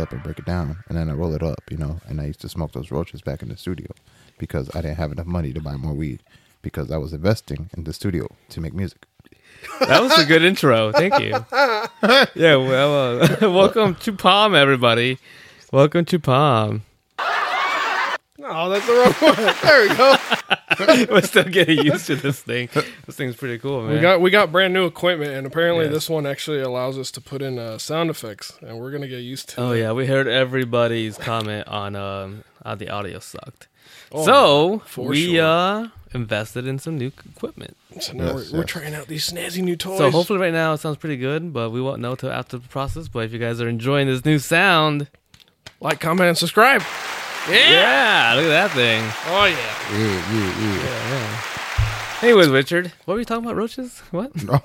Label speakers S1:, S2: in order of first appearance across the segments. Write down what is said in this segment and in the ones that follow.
S1: up and break it down, and then I roll it up, you know. And I used to smoke those roaches back in the studio because I didn't have enough money to buy more weed because I was investing in the studio to make music.
S2: That was a good intro. Thank you. Yeah, well, uh, welcome to Palm, everybody. Welcome to Palm.
S3: No, that's the wrong one. There we go.
S2: We're still getting used to this thing. This thing's pretty cool, man.
S3: We got we got brand new equipment, and apparently
S2: Yes.
S3: this one actually allows us to put in uh, sound effects, and we're gonna get used to.
S2: oh
S3: it.
S2: yeah, we heard everybody's comment on um how the audio sucked. Uh, so
S3: Oh, for
S2: we
S3: sure.
S2: uh invested in some new equipment.
S3: Oh, So now
S1: Yes,
S3: we're, we're
S1: yes.
S3: trying out these snazzy new toys.
S2: So hopefully right now it sounds pretty good, but we won't know till after the process. But if you guys are enjoying this new sound,
S3: like, comment, and subscribe.
S2: yeah, look at that thing.
S3: Oh yeah.
S1: Yeah, yeah, yeah.
S2: Anyways, Richard, what were you talking about? Roaches? What?
S1: Uh,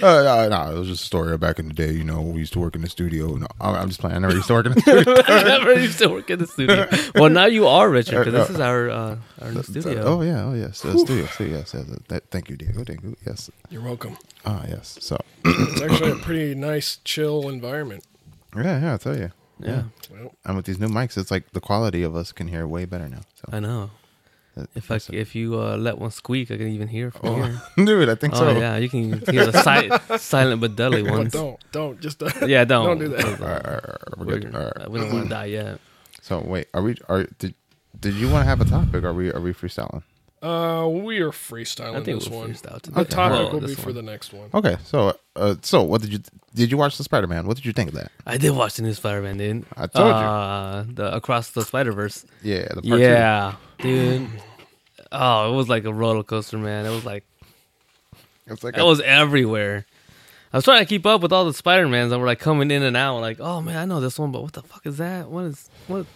S1: no, no, it was just a story of back in the day. You know, we used to work in the studio. No, I'm I'm just playing. I never used to work in the studio.
S2: I never used to work in the studio. Well, now you are, Richard, because this is our uh, our new studio.
S1: oh yeah, oh yes, uh, studio, studio, yes, yes. uh, That, thank you, Diego. Thank you. Yes.
S3: You're welcome.
S1: Ah, yes. So
S3: It's actually a pretty nice, chill environment.
S1: yeah, yeah. I tell you.
S2: Yeah,
S3: Well,
S1: And with these new mics, it's like the quality of us can hear way better now. So
S2: I know.
S1: that-
S2: Uh, If I,
S1: that's it.
S2: if you uh, let one squeak, I can even hear from here.
S1: dude, I think
S2: Oh
S1: so.
S2: yeah, you can hear the si- silent but deadly
S3: but
S2: ones.
S3: don't, don't, just uh,
S2: Yeah, don't
S3: Don't do that.
S1: All right, all right, all right, we're
S2: We're-
S1: good. All right.
S2: we don't want to die yet.
S1: So wait, are we? Are did did you want to have a topic? Are we? Are we freestyling?
S3: Uh, we are freestyling
S2: I think
S3: this
S2: we'll
S3: one.
S2: freestyle today.
S3: The topic
S2: Well,
S3: will be
S2: this
S3: for
S2: one.
S3: the next one.
S1: Okay. So uh, so what did you did you watch the Spider Man? What did you think of that?
S2: I did watch the new Spider-Man, dude.
S1: I told you.
S2: uh, you. The Across the Spider-Verse.
S1: Yeah, the part two.
S2: Yeah, dude. Oh, it was like a roller coaster, man. It was like
S1: It's like
S2: That
S1: a-
S2: was everywhere. I was trying to keep up with all the Spider Mans that were like coming in and out. Like, oh man, I know this one, but what the fuck is that? What is what?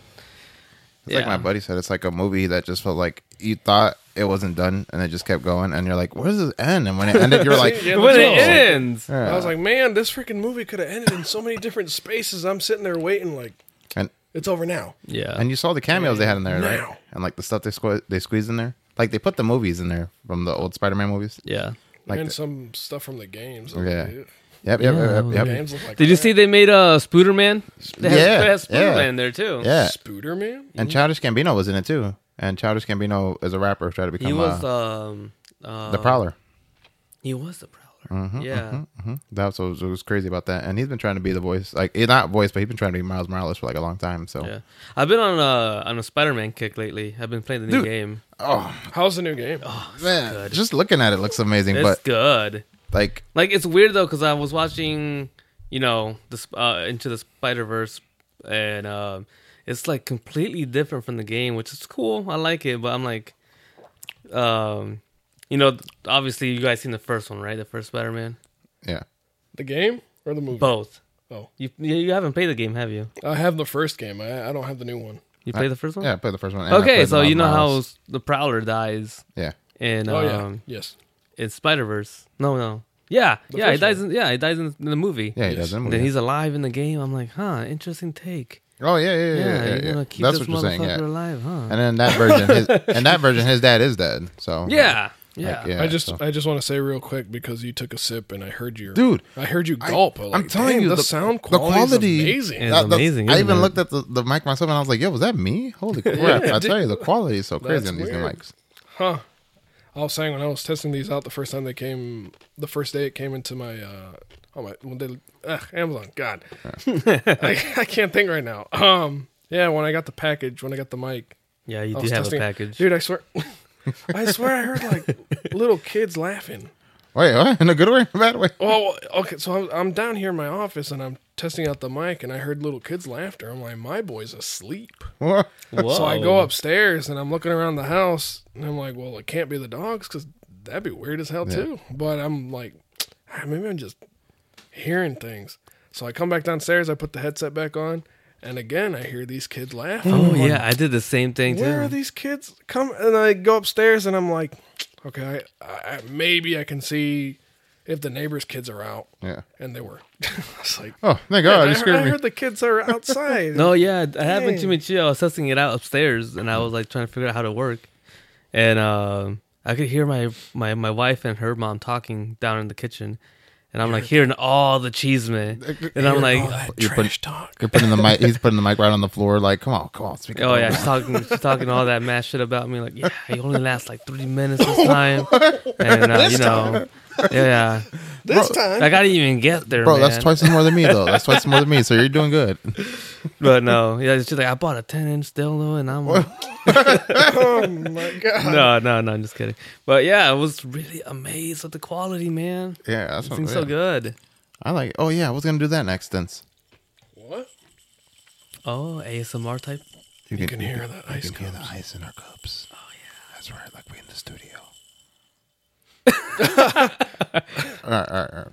S1: It's like my buddy said, it's like a movie that just felt like you thought it wasn't done and it just kept going and you're like, where does this end? And when it ended, you're like,
S3: Yeah,
S2: when it
S3: that's all.
S2: ends.
S3: I was like, man, this freaking movie could have ended in so many different spaces. I'm sitting there waiting, like
S1: and
S3: it's over now.
S2: Yeah,
S1: and you saw the cameos they had in there,
S3: Now.
S1: right? And like the stuff they squ- they squeezed in there, like they put the movies in there from the old Spider-Man movies.
S2: yeah.
S1: Like
S3: and
S1: the-
S3: some stuff from the games.
S1: Yeah.
S3: Dude,
S1: Yep, yep, yep,
S2: Yeah, that
S1: yep.
S2: was-
S1: yep.
S3: Games look like
S2: Did you
S3: crap.
S2: see they made a uh, Spooder Man? They had,
S1: Yeah,
S2: they had Spooder
S1: yeah.
S2: Man there too.
S1: Yeah,
S3: Spooderman?
S1: and Childish Gambino was in it too. And Childish Gambino is a rapper trying to become
S2: he was
S1: uh,
S2: um uh,
S1: the Prowler.
S2: He was the prowler. yeah,
S1: hmm That's what was, what was crazy about that. And he's been trying to be the voice, like eh, not voice, but he's been trying to be Miles Morales for like a long time. So,
S2: yeah. I've been on a on a Spider Man kick lately. I've been playing the new
S1: Dude.
S2: game.
S1: oh
S3: How's the new game?
S1: man, just looking at it looks amazing.
S2: It's
S1: but
S2: good.
S1: like
S2: Like it's weird though because I was watching, you know, this uh, into the Spider Verse, and um, it's like completely different from the game, which is cool. I like it, but I'm like, um, you know, obviously you guys seen the first one, right? The first Spider Man.
S1: Yeah.
S3: The game or the movie?
S2: Both.
S3: Oh.
S2: You you haven't played the game, have you?
S3: I have the first game. I, I don't have the new one.
S2: You played the first one.
S1: Yeah, I played the first one. and I
S2: Okay,
S1: played
S2: so
S1: Miles
S2: you know how
S1: Morales.
S2: the Prowler dies
S1: Yeah.
S2: in
S3: oh yeah.
S2: um
S3: Yes.
S2: in Spider Verse. No, no. Yeah,
S3: The
S2: yeah, he
S3: first
S2: dies. In, yeah, he dies in the movie.
S1: Yeah, he
S3: Yes.
S1: does. in the
S2: And then
S1: movie.
S2: he's alive in the game. I'm like, huh, interesting take.
S1: oh yeah, yeah, yeah.
S2: Yeah,
S1: yeah, yeah,
S2: you're
S1: yeah.
S2: gonna keep
S1: That's
S2: this
S1: what you're
S2: motherfucker
S1: saying. Yeah.
S2: alive, huh?
S1: And then that version, his, and that version, his dad is dead. So
S2: yeah, yeah.
S1: like, yeah.
S3: I just
S1: so-
S3: I just want to say real quick because you took a sip and I heard your
S1: Dude,
S3: I heard you
S1: I-
S3: gulp. I,
S1: I'm telling you,
S3: the,
S1: the-
S3: sound
S1: the
S3: quality,
S1: quality-
S3: is
S2: Yeah.
S3: amazing.
S2: It's
S1: That- that's-
S2: amazing,
S1: I
S2: isn't
S1: even
S2: it?
S1: looked at the, the mic myself and I was like, "Yo, was that me? Holy crap!" I tell you, the quality is so crazy
S3: That's
S1: on these new
S3: weird.
S1: mics.
S3: Huh. I was saying when I was testing these out the first time they came, the first day it came into my, uh, oh my, when they, ugh, Amazon, God, I, I can't think right now. Um, yeah, when I got the package, when I got the mic,
S2: Yeah, you
S3: I
S2: do
S3: was
S2: have a
S3: testing-
S2: package.
S3: Oh, dude. I swear, I swear, I heard like little kids laughing.
S1: Wait, what? In a good way, bad way?
S3: Well, okay, so I'm, I'm down here in my office and I'm testing out the mic and I heard little kids laughter. I'm like, my boy's asleep.
S1: What?
S2: Whoa.
S3: So I go upstairs and I'm looking around the house and I'm like, well, it can't be the dogs because that'd be weird as hell too. But I'm like, "Ah, maybe I'm just hearing things. So I come back downstairs, I put the headset back on, and again I hear these kids laughing.
S2: Oh yeah, I did the same thing too.
S3: Where are these kids? Come and I go upstairs and I'm like, okay, I, I, maybe I can see if the neighbors' kids are out,
S1: Yeah.
S3: and they were. It's like,
S1: Oh, thank God,
S3: I,
S1: you
S3: heard, I
S1: scared me.
S3: heard the kids are outside.
S2: No, yeah, it happened to
S3: Dang.
S2: me too. I was testing it out upstairs, and I was like trying to figure out how to work, and um, I could hear my my my wife and her mom talking down in the kitchen, and I'm like hearing all the cheese man, and I'm like,
S3: all that
S1: You're put-
S3: trash talk.
S1: You're putting the mic. He's putting the mic right on the floor. Like, come on, come on, speak.
S2: oh
S1: up.
S2: yeah, she's talking, she's talking all that mad shit about me. Like, yeah, you only last like three minutes this time, and uh, you know, yeah,
S3: This time,
S2: like I didn't even get there,
S1: bro. That's
S2: man.
S1: twice as more than me, though. That's twice as more than me. So you're doing good.
S2: But no, yeah, she's like, I bought a ten inch dildo, and I'm like,
S3: oh my god,
S2: no, no, no, I'm just kidding. But yeah, I was really amazed at the quality, man.
S1: Yeah, that's
S2: This
S1: what,
S2: thing's
S1: Oh, yeah.
S2: so good.
S1: I like. It. Oh yeah, I was gonna do that next. Since
S3: what?
S2: Oh, ASMR type.
S3: You can hear the ice
S1: can hear
S3: cups.
S1: the ice in our cups. Oh yeah, that's right. Like we in the studio. all right, all right, all right.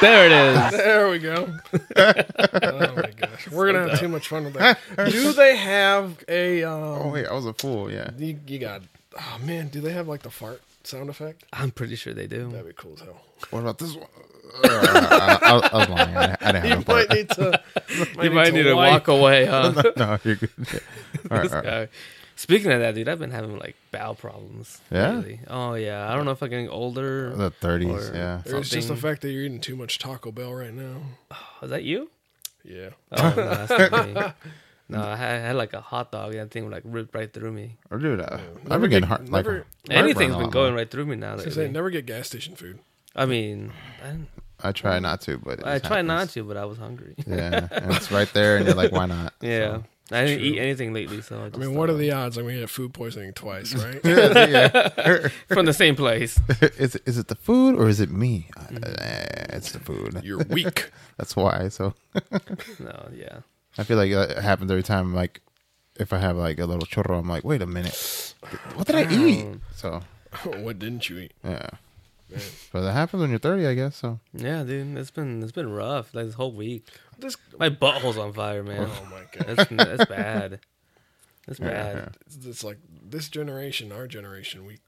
S2: There it is.
S3: There we go. oh my gosh, we're gonna have too much fun with that. Do they have a? Um,
S1: Oh wait, I was a fool. Yeah.
S3: you, you got. Oh man, do they have like the fart sound effect?
S2: I'm pretty sure they do.
S3: That'd be cool as hell.
S1: What about this one? Uh, I, I- I was lying. I, I didn't
S3: You
S1: have a part.
S3: might need to.
S2: You might need to
S3: wipe-
S2: walk away, huh?
S1: No, you're good. All right,
S2: This
S1: all right.
S2: guy. Speaking of that, dude, I've been having like bowel problems.
S1: Yeah?
S2: lately. Oh yeah. I don't know if I'm getting older.
S1: The 30s,
S2: Or-
S1: yeah.
S3: Or it's just the
S2: something.
S3: fact that you're eating too much Taco Bell right now.
S1: Uh,
S2: Is that you?
S3: Yeah.
S2: Oh no, that's not me. No, I had, I had like a hot dog and that thing like ripped right through me.
S1: Or dude, I, I've
S3: Never
S1: been getting
S3: get-
S1: heart
S3: never-
S1: like heartburn a
S2: Anything's been
S1: lot
S2: going
S1: more.
S2: right through me now.
S3: I was gonna say,
S2: Lately.
S3: never get gas station food.
S2: I mean, I,
S1: I try not to, but it
S2: I
S1: just
S2: try not
S1: happens.
S2: to, but I was hungry.
S1: Yeah, and it's right there, and you're like, why not?
S2: Yeah, I didn't eat anything lately, so I, just,
S3: I mean, what
S2: uh,
S3: are the odds I'm gonna get food poisoning twice, right?
S1: So- yeah.
S2: er, from the same place?
S1: is it- is it the food or is it me? Uh,
S2: Mm.
S1: It's the food.
S3: You're weak.
S1: That's why. So
S2: No, yeah.
S1: I feel like that happens every time. Like if I have like a little churro, I'm like, wait a minute, what did I eat?
S2: Um,
S1: So
S3: what didn't you eat?
S1: yeah, but that happens when you're 30, I guess. So
S2: Yeah, dude, it's been it's been rough like this whole week.
S3: This.
S2: My butthole's on fire, man.
S3: Oh my god.
S2: That's that's bad. That's bad.
S3: It's, it's like this generation, our generation. We.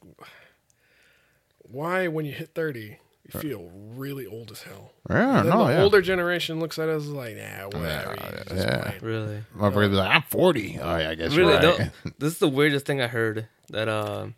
S3: Why, when you hit thirty, you feel really old as hell.
S1: yeah,
S3: And then
S1: no,
S3: the
S1: yeah.
S3: older generation looks at us like, yeah, whatever. you just
S1: yeah.
S3: playing."
S2: Really,
S1: My brother's like, I'm 40. Oh yeah, I guess
S2: really.
S1: you're right.
S2: Don't, this is the weirdest thing I heard that uh,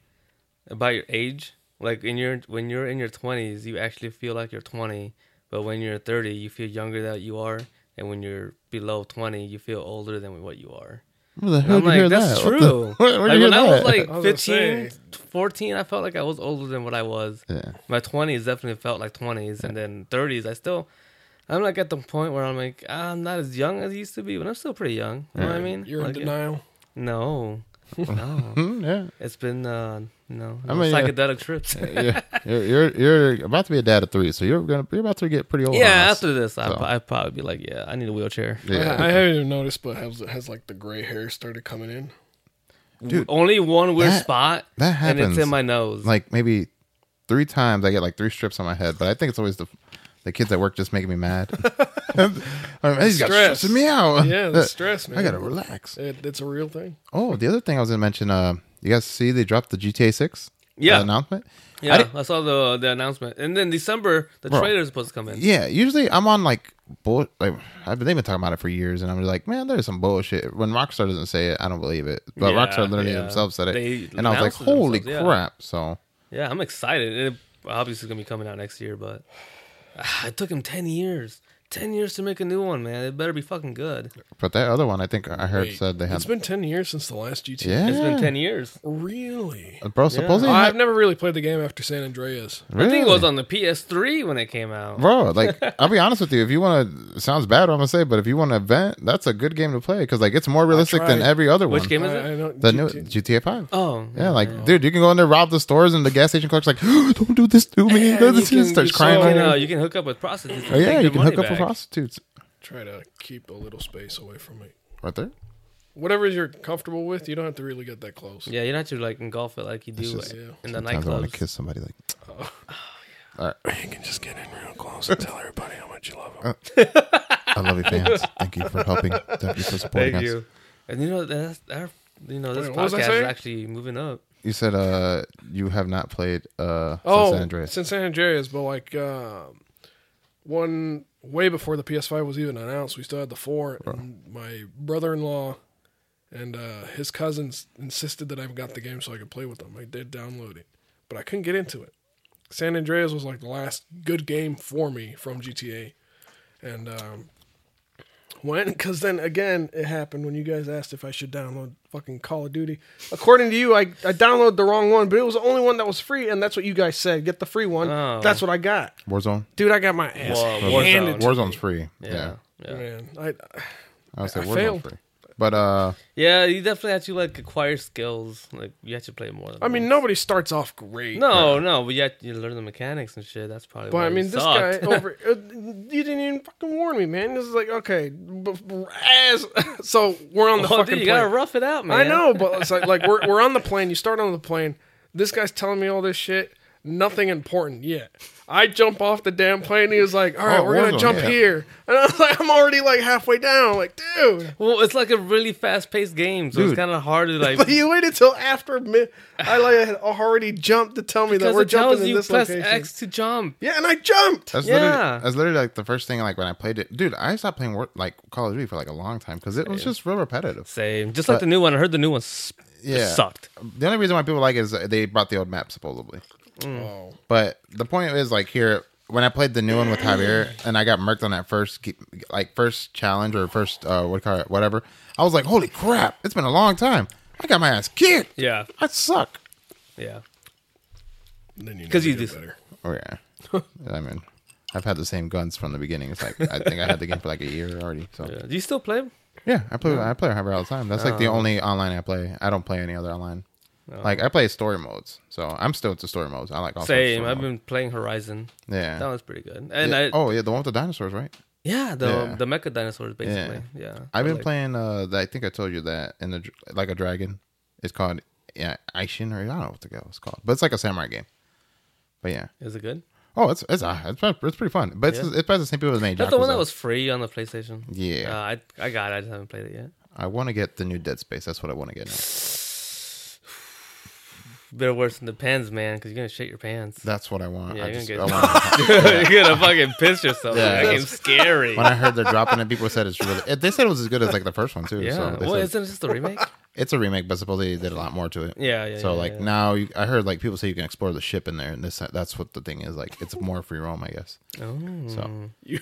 S2: about your age. Like in your when you're in your twenties, you actually feel like you're twenty, but when you're thirty, you feel younger than you are, and when you're below twenty, you feel older than what you are.
S1: Where the
S2: And
S1: hell
S2: I'm
S1: did you hear
S2: like, that's
S1: that? What the-
S2: true.
S1: where- where
S2: like,
S1: did you
S2: when I
S1: hear
S2: was
S1: that?
S2: like
S3: I was gonna
S2: 15,
S3: say.
S2: 14, I felt like I was older than what I was.
S1: Yeah.
S2: My 20s definitely felt like 20s, and then 30s, I still, I'm like at the point where I'm like, "Ah, I'm not as young as I used to be, but I'm still pretty young. You know what I mean?
S3: You're in
S2: Like,
S3: denial.
S2: No. No.
S1: Hmm, yeah.
S2: it's been, uh, no,
S1: I
S2: no
S1: mean, yeah.
S2: psychedelic trips.
S1: yeah, you're, you're you're about to be a dad of three, so you're gonna you're about to get pretty old.
S2: yeah,
S1: on us.
S2: after this, I,
S1: So.
S2: I'd probably be like, yeah, I need a wheelchair.
S1: yeah,
S3: I, I haven't even noticed, but has, has like the gray hair started coming in.
S1: Dude,
S2: Only one weird
S1: that-
S2: spot,
S1: that
S2: and
S1: happens.
S2: it's in my nose.
S1: like maybe three times I get like three strips on my head, but I think it's always the the kids at work just making me mad. I mean, he's got
S3: Stress.
S1: strips in me out.
S3: Yeah, the stress, man.
S1: I gotta relax.
S3: It, it's a real thing.
S1: Oh, the other thing I was gonna mention, uh, you guys see they dropped the GTA Six.
S2: Yeah.
S1: announcement. I
S2: Yeah,
S1: didn't-
S2: I, saw the the announcement, and then December the
S1: Bro.
S2: trailer is supposed to come in.
S1: Yeah, usually I'm on like bull. Like I've been, they've been talking about it for years, and I'm just like, man, there's some bullshit. When Rockstar doesn't say it, I don't believe it. But
S2: Yeah,
S1: Rockstar literally
S2: yeah.
S1: themselves said it,
S2: They
S1: and I was like,
S2: announced it
S1: holy
S2: themselves, yeah.
S1: crap! So
S2: Yeah, I'm excited. It obviously is gonna be coming out next year, but Ah, it took him ten years, ten years to make a new one, man. It better be fucking good.
S1: But that other one, I think I heard said they had.
S3: It's been 10 years since the last GTA.
S1: yeah,
S2: It's been ten years.
S3: Really?
S1: Bro, supposedly
S3: I've
S1: not-
S3: never really played the game after San Andreas.
S2: I think it
S1: really?
S2: was on the PS3 when it came out.
S1: Bro, like I'll be honest with you. If you want to, sounds bad. What I'm gonna say, but if you want to vent, that's a good game to play because like it's more realistic than
S3: tried.
S1: every other one.
S2: Which game
S3: I,
S2: is it?
S3: I don't,
S1: The new
S3: GTA
S1: GTA Five.
S2: oh,
S1: Yeah, like dude, you can go in there, rob the stores, and the gas station clerk's like, "Don't do this to me!"
S3: Yeah,
S1: Don't do
S3: you
S1: this to me,"
S3: can
S1: starts
S3: do
S1: crying.
S3: so-
S1: on
S2: you
S1: you.
S2: know, you can hook up with prostitutes.
S1: Oh, yeah, you can hook up with
S2: with prostitutes.
S1: prostitutes
S3: try to keep a little space away from me.
S1: right there.
S3: Whatever you're comfortable with, you don't have to really get that close.
S2: Yeah, you don't have to like engulf it like you do
S1: just-
S2: in
S3: yeah.
S2: the
S1: Sometimes I want to
S2: nightclubs.
S1: kiss somebody. Like,
S3: You can just get in real close and tell everybody how much you love them.
S1: I love you, fans. Thank you for helping. Thank you for supporting
S2: Thank
S1: us.
S2: you. And you know that's our, you know this
S3: Wait, what was I
S2: podcast is
S3: saying?
S2: actually moving up.
S1: You said uh, you have not played uh,
S3: oh,
S1: since Andreas.
S3: since San Andreas, but like um one way before the PS5 was even announced, we still had the four. And my brother-in-law and uh, his cousins insisted that I got the game so I could play with them. I did download it, but I couldn't get into it. San Andreas was like the last good game for me from GTA, and um, when because then again it happened when you guys asked if I should download fucking Call of Duty. According to you, I I downloaded the wrong one, but it was the only one that was free, and that's what you guys said. Get the free one.
S2: Oh.
S3: That's what I got,
S1: Warzone.
S3: dude. I got my ass
S2: Whoa,
S3: handed.
S2: Warzone.
S3: to me.
S1: Warzone's free. Yeah,
S2: Yeah. Yeah.
S3: Man, I
S1: I would say
S3: I
S1: Warzone's
S3: failed.
S1: free. But uh,
S2: Yeah, you definitely have to like acquire skills. Like you have to play more than
S3: I mean
S2: once.
S3: nobody starts off great.
S2: No, no, but you have to learn the mechanics and shit. That's probably
S3: But
S2: why
S3: I
S2: you
S3: mean, this
S2: sucked.
S3: guy over. uh, you didn't even fucking warn me, man. This is like okay, b- b- as so we're on the
S2: Well,
S3: fucking
S2: Oh, dude, you
S3: plane.
S2: gotta rough it out, man.
S3: I know, but it's like like we're we're on the plane. You start on the plane. This guy's telling me all this shit. Nothing important yet. I jump off the damn plane. And he was like, "All right,
S1: Oh,
S3: we're gonna
S1: Warzone,
S3: jump
S1: yeah.
S3: here," and I was like, "I'm already like halfway down." Like, dude,
S2: Well, it's like a really fast-paced game, so
S1: Dude.
S2: it's kind of hard to like.
S3: but you waited till after mid. I like had already jumped to tell me that
S2: because
S3: we're
S2: it tells
S3: jumping in
S2: you
S3: this
S2: press
S3: location.
S2: X to jump.
S3: Yeah, and I jumped.
S1: that's
S2: Yeah.
S1: literally that's literally like the first thing like when I played it, dude. I stopped playing War- like Call of Duty for like a long time because it was just real repetitive.
S2: Same, just like the new one. I heard the new one s-
S1: Yeah.
S2: sucked.
S1: The only reason why people like it is that they brought the old map supposedly.
S2: Mm.
S3: Oh,
S1: But the point is, like here, when I played the new one with Javier, and I got murked on that first, ge- like first challenge or first uh, what car, whatever, I was like, "Holy crap! It's been a long time. I got my ass kicked.
S2: Yeah,
S1: I suck."
S2: yeah.
S3: then you
S2: 'Cause
S3: know
S2: you
S3: you
S2: just-
S3: did better.
S1: Oh yeah. I mean, I've had the same guns from the beginning. It's like I think I had the game for like a year already. So
S2: yeah. Um,
S1: yeah,
S2: Do you still play?
S1: I play I play Javier all the time. That's like the only online I play. I don't play any other online. Like I play story modes, so I'm still into story modes. I like all sorts of
S2: Same.
S1: story
S2: I've
S1: modes.
S2: been playing Horizon.
S1: yeah.
S2: That was pretty good. And
S1: Yeah.
S2: I,
S1: oh yeah, the one with the dinosaurs, right?
S2: yeah, the
S1: Yeah.
S2: the mecha dinosaurs basically. Yeah,
S1: I've
S2: But,
S1: been
S2: like,
S1: playing. Uh, the, I think I told you that in the dr- like a dragon. It's called yeah, Aishin or I don't know what the hell it's called, but it's like a samurai game. But yeah,
S2: Is it good?
S1: oh, it's it's uh, it's, pre- it's pretty fun. But it's,
S2: Yeah.
S1: it's by the same people that made.
S2: That's the one that
S1: Yakuza.
S2: was free on the PlayStation.
S1: Yeah.
S2: Uh, I I got it. I just haven't played it yet.
S1: I want to get the new Dead Space. That's what I want to get. Now.
S2: Better worse than the pens, man, because you're gonna shit your pants.
S1: That's what I want.
S2: Yeah,
S1: I
S2: you're
S1: just,
S2: gonna
S1: I
S2: get-
S1: want
S2: you're gonna fucking piss yourself.
S1: Yeah.
S2: Yeah, that game's scary.
S1: when I heard they're dropping it, people said it's really. It, they said it was as good as like the first one too.
S2: Yeah.
S1: So they
S2: well,
S1: said-
S2: isn't it just the remake?
S1: it's a remake, but supposedly they did a lot more to it.
S2: Yeah, yeah,
S1: So
S2: yeah,
S1: like
S2: yeah.
S1: now, you, I heard like people say you can explore the ship in there, and this that's what the thing is. Like it's more free roam, I guess.
S2: oh.
S1: So
S3: You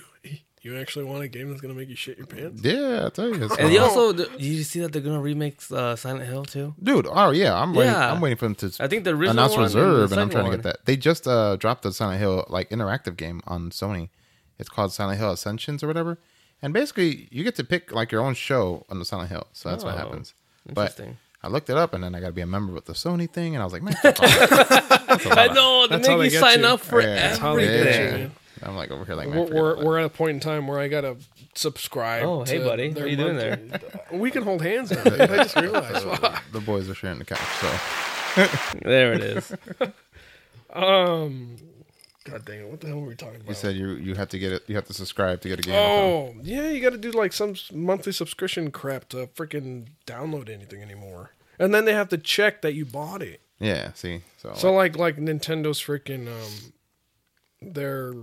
S3: you actually want a game that's gonna make you shit your pants?
S1: yeah, I tell you, it's-
S2: And they also, th- you see that they're gonna remake uh, Silent Hill too.
S1: dude. Oh yeah, I'm waiting.
S2: Yeah.
S1: I'm waiting for them to
S2: I think the original
S1: announce
S2: one
S1: Reserve,
S2: the
S1: and I'm trying
S2: second
S1: to get
S2: one.
S1: that. They just uh, dropped the Silent Hill like interactive game on Sony. It's called Silent Hill Ascensions or whatever, and basically you get to pick like your own show on the Silent Hill. So that's what
S2: Oh,
S1: happens.
S2: interesting.
S1: But I looked it up, and then I got to be a member with the Sony thing, and I was like, man, fuck all that. That's a lot
S2: I
S1: of-
S2: know they
S3: That's how
S2: make you
S3: they get
S2: sign
S3: you.
S2: up for
S1: Yeah. That's
S3: how they get you,
S2: everything.
S3: man.
S1: I'm like over here like man,
S3: We're,
S1: forget
S3: we're,
S1: about
S3: we're at a point in time where I gotta subscribe.
S2: Oh, hey,
S3: to
S2: buddy. What
S3: their
S2: are you doing
S3: monthly- We can hold hands now. dude. I just realized. Wow.
S1: it. the boys are sharing the couch. So
S2: There it is.
S3: Um, God dang it! What the hell were we talking about?
S1: you said you you have to get it. You have to subscribe to get a game.
S3: oh yeah, you gotta do like some s- monthly subscription crap to freaking download anything anymore. And then they have to check that you bought it.
S1: yeah. See, so,
S2: Oh.
S3: So like like Nintendo's freaking um, their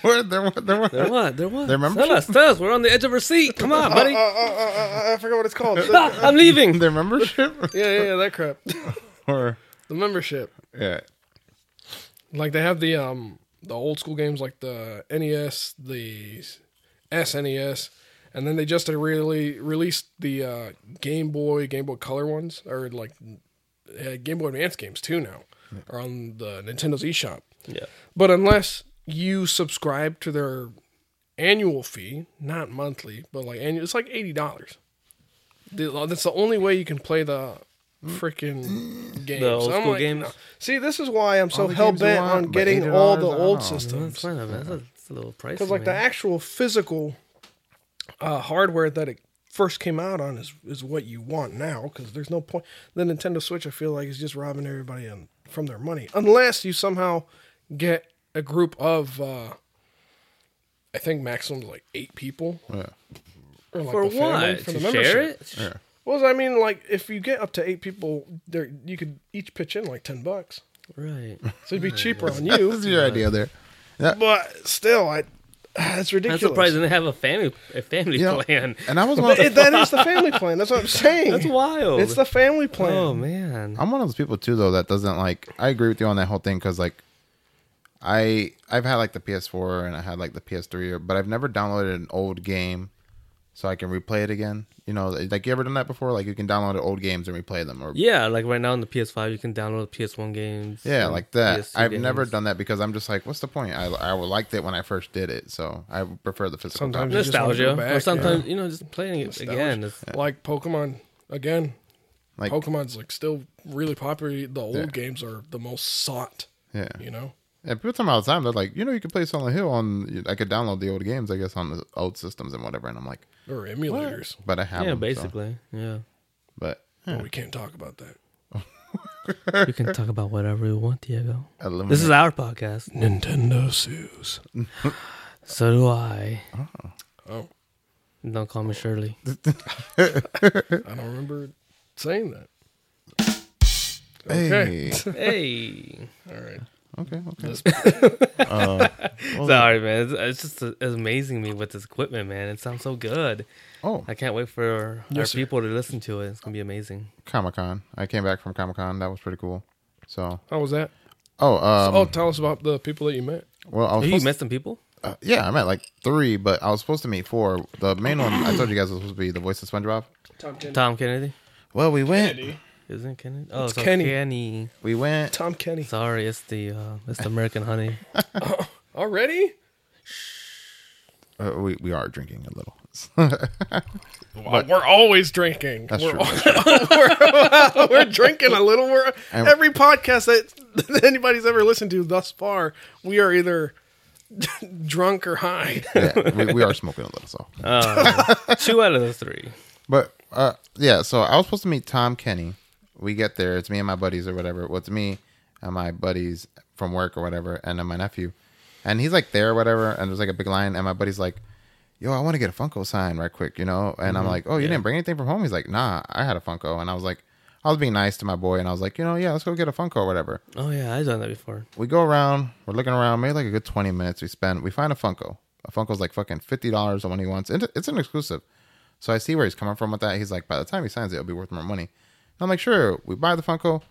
S1: What? There, what- there, what?
S2: There what? There what?
S1: Their membership?
S2: Tell us, tell us. We're on the edge of our seat. Come
S3: Uh,
S2: on, buddy.
S3: I forgot what it's called. yeah,
S2: Ah, I'm leaving.
S1: their membership
S3: yeah, yeah, that crap.
S1: or
S3: The membership.
S1: yeah.
S3: Like they have the um the old school games like the NES, the SNES, and then they just really released the uh, Game Boy, Game Boy Color ones, or like uh, Game Boy Advance games too now, are on the Nintendo's eShop.
S2: Yeah.
S3: But unless you subscribe to their annual fee, not monthly, but like annual, it's like eighty dollars. That's the only way you can play the freaking games.
S2: old
S3: I'm
S2: school
S3: like,
S2: games?
S3: no. See, this is why I'm so
S1: the
S3: hell
S1: games you
S3: bent
S1: want,
S3: on
S1: but
S3: getting
S1: $80,
S3: all the
S1: I
S3: old
S1: don't know.
S3: systems
S2: That's fine. man. That's a, that's a little pricey.
S3: because like the
S2: man.
S3: actual physical uh, hardware that it first came out on is is what you want now because there's no point the nintendo switch i feel like is just robbing everybody on, from their money unless you somehow get a group of uh i think maximum like eight people
S1: Yeah.
S3: or like
S2: for
S3: the family,
S2: what?
S3: for
S2: to
S3: the
S2: share
S3: membership
S2: it?
S1: yeah.
S3: well i mean like if you get up to eight people there you could each pitch in like 10 bucks
S2: Right.
S3: so it'd be cheaper on
S1: That was
S3: you
S1: your idea there.
S3: but still i That's
S2: I'm
S3: ridiculous.
S2: surprised they didn't have a family a family
S1: You know,
S2: plan.
S1: And I was one of
S3: But
S1: the
S3: it- that is the family plan. That's Um, what I'm saying.
S2: That's wild.
S3: It's the family plan.
S2: oh man.
S1: I'm one of those people too, though, that doesn't like. I agree with you on that whole thing because like, I I've had like the PS4 and I had like the PS3, or- but I've never downloaded an old game so I can replay it again. You know, like you ever done that before? Like you can download old games and replay them, or yeah,
S2: Yeah, like right now on the PS5, you can download PS1 games. and
S1: like that.
S2: PS2
S1: I've never
S2: games.
S1: done that because I'm just like, what's the point? I I liked it when I first did it, so I prefer the physical.
S3: Sometimes
S1: copy.
S3: You just wanna
S2: nostalgia,
S3: go back,
S2: or sometimes you know just playing it again. It's,
S3: Like Pokemon again.
S1: like
S3: Pokemon's like still really popular. The old
S1: Yeah.
S3: games are the most sought.
S1: yeah.
S3: You know.
S1: yeah, people talking about the time they're like, you know, you can play Silent Hill on. I could download the old games, I guess, on the old systems and whatever, and I'm like,
S3: Or emulators.
S1: but I have
S2: yeah,
S1: them, so-
S2: basically.
S1: but.
S3: But we can't talk about that.
S2: Yeah, you can talk about whatever you want, Diego.
S1: Eliminate.
S2: This is our podcast.
S3: Nintendo sues.
S2: So do I.
S3: Oh,
S2: Don't call me Shirley.
S3: I don't remember saying that.
S1: Hey.
S3: Okay.
S2: hey.
S3: All right.
S1: Okay, okay.
S3: This-
S2: Sorry, man. It's, it's just uh, it's amazing me with this equipment, man. It sounds so good.
S1: Oh,
S2: I can't wait for our
S3: Yes, sir.
S2: people to listen to it. It's gonna be amazing.
S1: Comic Con. I came back from Comic Con. That was pretty cool. So,
S3: How was that?
S1: oh, um,
S3: oh, tell us about the people that you met.
S1: well, I was
S2: Have you
S1: supposed
S2: met some people?
S1: uh, yeah, I'm at like three, but I was supposed to meet four. The main one I told you guys was supposed to be the voice of SpongeBob.
S3: Tom Kenny.
S2: Tom Kennedy.
S1: Well, we went,
S2: Isn't it Kennedy? Oh, it's
S3: Kenny.
S2: Kenny. Kenny.
S1: we went.
S3: Tom Kenny.
S2: Sorry, it's the uh, it's the American Honey.
S3: Already?
S1: Uh, we we are drinking a little.
S3: Well, we're always drinking.
S1: That's
S3: we're,
S1: true.
S3: we're, we're drinking a little. We're
S1: And-
S3: every podcast that, that anybody's ever listened to thus far, we are either drunk or high.
S1: yeah, we, we are smoking a little. So,
S2: Two out of the three.
S1: But uh, yeah, so I was supposed to meet Tom Kenny. We get there, it's me and my buddies or whatever. Well, it's me and my buddies from work or whatever, and then my nephew. And he's like there or whatever, and there's like a big line, and my buddy's like, "Yo, I want to get a Funko sign right quick," you know. And I'm like, "Oh, you didn't bring anything from home?" He's like, "Nah, I had a Funko," and I was like, I was being nice to my boy, and I was like, "You know, yeah, let's go get a Funko or whatever."
S2: Oh yeah, I've done that before.
S1: We go around, we're looking around, maybe like a good 20 minutes. We spend, we find a Funko. A Funko's like fucking $50 on one he wants. It- It's an exclusive. So I see where he's coming from with that. He's like, by the time he signs it, it'll be worth more money. And I'm like, sure, we buy the Funko.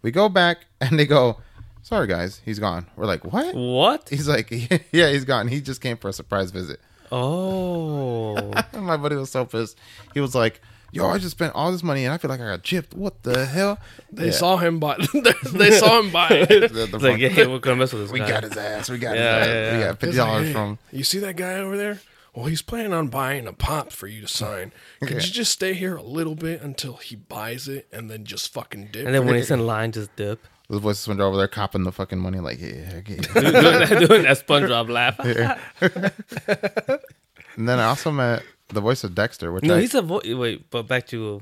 S1: We go back and they go, sorry guys, he's gone. We're like, what?
S2: What?
S1: He's like, yeah, he's gone. He just came for a surprise visit.
S2: Oh,
S1: And my buddy was so pissed. He was like, yo, I just spent all this money and I feel like I got gypped. What the hell?
S3: They saw him buy. they saw him buy. It.
S1: The- the
S2: it's like
S1: Funko-
S2: yeah, we're gonna mess with this
S1: we
S2: guy.
S1: got his ass. We got
S2: Yeah,
S1: his ass.
S2: yeah,
S1: We
S2: yeah.
S1: got
S3: It's
S1: $50
S3: like, hey,
S1: from.
S3: You see that guy over there? Well, he's planning on buying a pop for you to sign. Could you just stay here a little bit until he buys it and then just fucking dip?
S2: And then when it's in line, just dip.
S1: The voices went over there copping the fucking money, like, yeah, yeah.
S2: doing, that, doing that SpongeBob laugh.
S1: and then I also met the voice of Dexter, which
S2: No,
S1: I,
S2: he's a vo- wait, but back to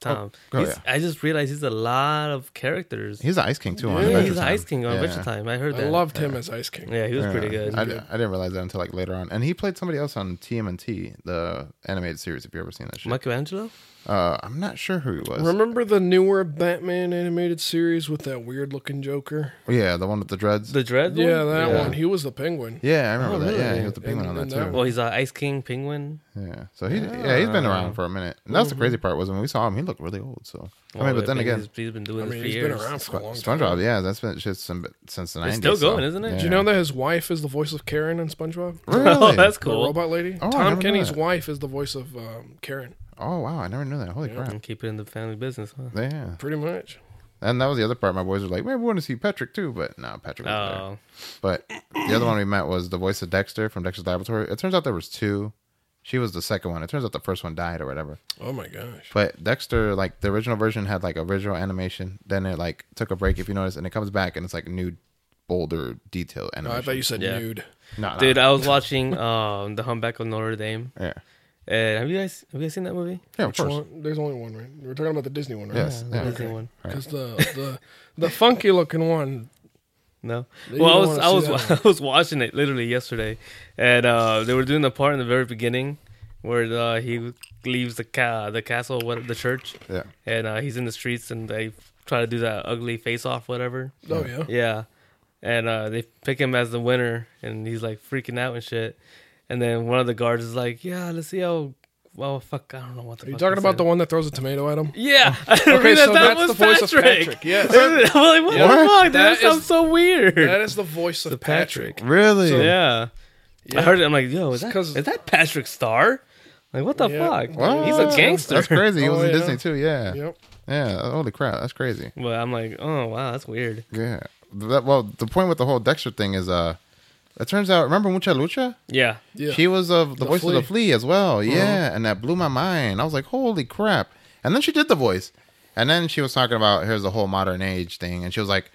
S2: Tom.
S1: oh,
S2: He's- I just realized he's a lot of characters.
S1: he's the Ice King too. on
S2: Yeah,
S1: Adventure
S2: he's
S1: Time.
S2: Ice King on
S1: Yeah.
S2: Adventure Time. I heard
S3: I
S2: that.
S3: loved him as Ice King.
S2: yeah, he was pretty good.
S1: I, I didn't realize that until like later on. And he played somebody else on TMNT, the animated series. If you have ever seen that shit,
S2: Michelangelo?
S1: uh, I'm not sure who he was.
S3: Remember the newer Batman animated series with that weird looking Joker?
S1: Yeah, the one with the dreads.
S2: The Dread? one?
S3: Yeah, that
S1: Yeah.
S3: one. He was the penguin.
S1: yeah, I remember
S2: Oh,
S1: that. Yeah,
S2: really?
S1: he was the penguin
S3: And-
S1: on
S3: and
S1: that
S3: that
S1: too.
S2: Oh, he's an Ice King penguin.
S1: yeah, so he yeah he's been around for a minute. And that's the crazy part was when we saw him, he looked really old. So I mean,
S2: Well,
S1: but then
S2: Mm-hmm. Oh, he's-
S1: again,
S2: he's been doing
S3: I
S2: this
S3: mean,
S2: for
S3: he's
S2: years.
S3: been around for a long time.
S1: SpongeBob, yeah, that's been shit since, since the 90s.
S2: It's still
S1: so,
S2: going, isn't it?
S1: Yeah.
S2: Do
S3: Do you know that his wife is the voice of Karen in SpongeBob?
S1: Really?
S2: Oh, that's
S3: The
S2: cool.
S3: robot lady?
S1: Oh, I never
S3: Tom
S1: knew
S3: Kenny's
S1: that.
S3: wife is the voice of um, Karen,
S1: Oh wow, I never knew that. Holy crap.
S2: And keep it in the family business, huh?
S1: Yeah.
S3: pretty much.
S1: And that was the other part. My boys were like, maybe we want to see Patrick too, but no, Patrick wasn't there.
S2: Oh,
S1: But the other one we met was the voice of Dexter from Dexter's Laboratory. It turns out there was two. She was the second one. It turns out the first one died or whatever.
S3: Oh my gosh.
S1: But Dexter, like the original version, had like original animation. Then it like took a break, if you notice, and it comes back and it's like new, bolder detail
S3: No,
S1: animation.
S3: Oh, I thought you said
S2: Yeah.
S3: nude.
S1: no, no.
S2: dude, I was watching um, The Humpback of Notre Dame.
S1: yeah,
S2: And have you guys have you guys seen that movie?
S1: yeah, of
S3: Which
S1: course.
S3: one? There's only one, right? We're talking about the Disney one, right?
S1: Yes,
S2: The
S1: yeah.
S2: Disney one.
S3: Because the, the, the funky looking one,
S2: No.
S3: You
S2: well, I
S3: don't
S2: was
S3: wanna
S2: I was
S3: see that
S2: I was watching it literally yesterday, and uh, they were doing the part in the very beginning where uh, he leaves the ca- the castle, what the church,
S1: Yeah,
S2: and uh, he's in the streets, and they try to do that ugly face off, whatever.
S3: oh yeah.
S2: Yeah. and uh, they pick him as the winner, and he's like freaking out and shit. And then one of the guards is like, "Yeah, let's see how." Well, fuck, I don't know what the.
S3: Are you
S2: fuck
S3: talking
S2: he
S3: about the
S2: said.
S3: one that throws a tomato at him?
S2: Yeah, I didn't
S3: Okay,
S2: realize
S3: so
S2: that
S3: that's
S2: was
S3: the voice of
S2: Patrick.
S3: Patrick, yes.
S2: I'm like, what
S1: Yeah.
S2: the fuck? Dude,
S3: That
S2: that,
S3: is-
S2: sounds so weird.
S3: That is the voice of
S2: the
S3: Patrick.
S2: Patrick.
S1: Really?
S2: yeah. I heard it. I'm like, yo, is that,
S3: 'cause-
S2: is that Patrick Star? Like, what the
S3: Yeah.
S2: fuck?
S1: What?
S2: He's a gangster.
S1: That's crazy. He
S3: Oh,
S1: was in
S3: yeah.
S1: Disney too. Yeah.
S3: Yep.
S1: Yeah. Holy crap. That's crazy.
S2: But I'm like, oh wow, that's weird.
S1: Yeah. That, well, the point with the whole Dexter thing is, uh, it turns out. Remember Mucha Lucha?
S2: Yeah,
S3: Yeah.
S1: She was of the,
S3: The
S1: voice of
S3: Flea.
S1: the flea Uh-huh. as well. Yeah, and that blew my mind. I was like, holy crap! And then she did the voice, and then she was talking about here's the whole modern age thing, and she was like,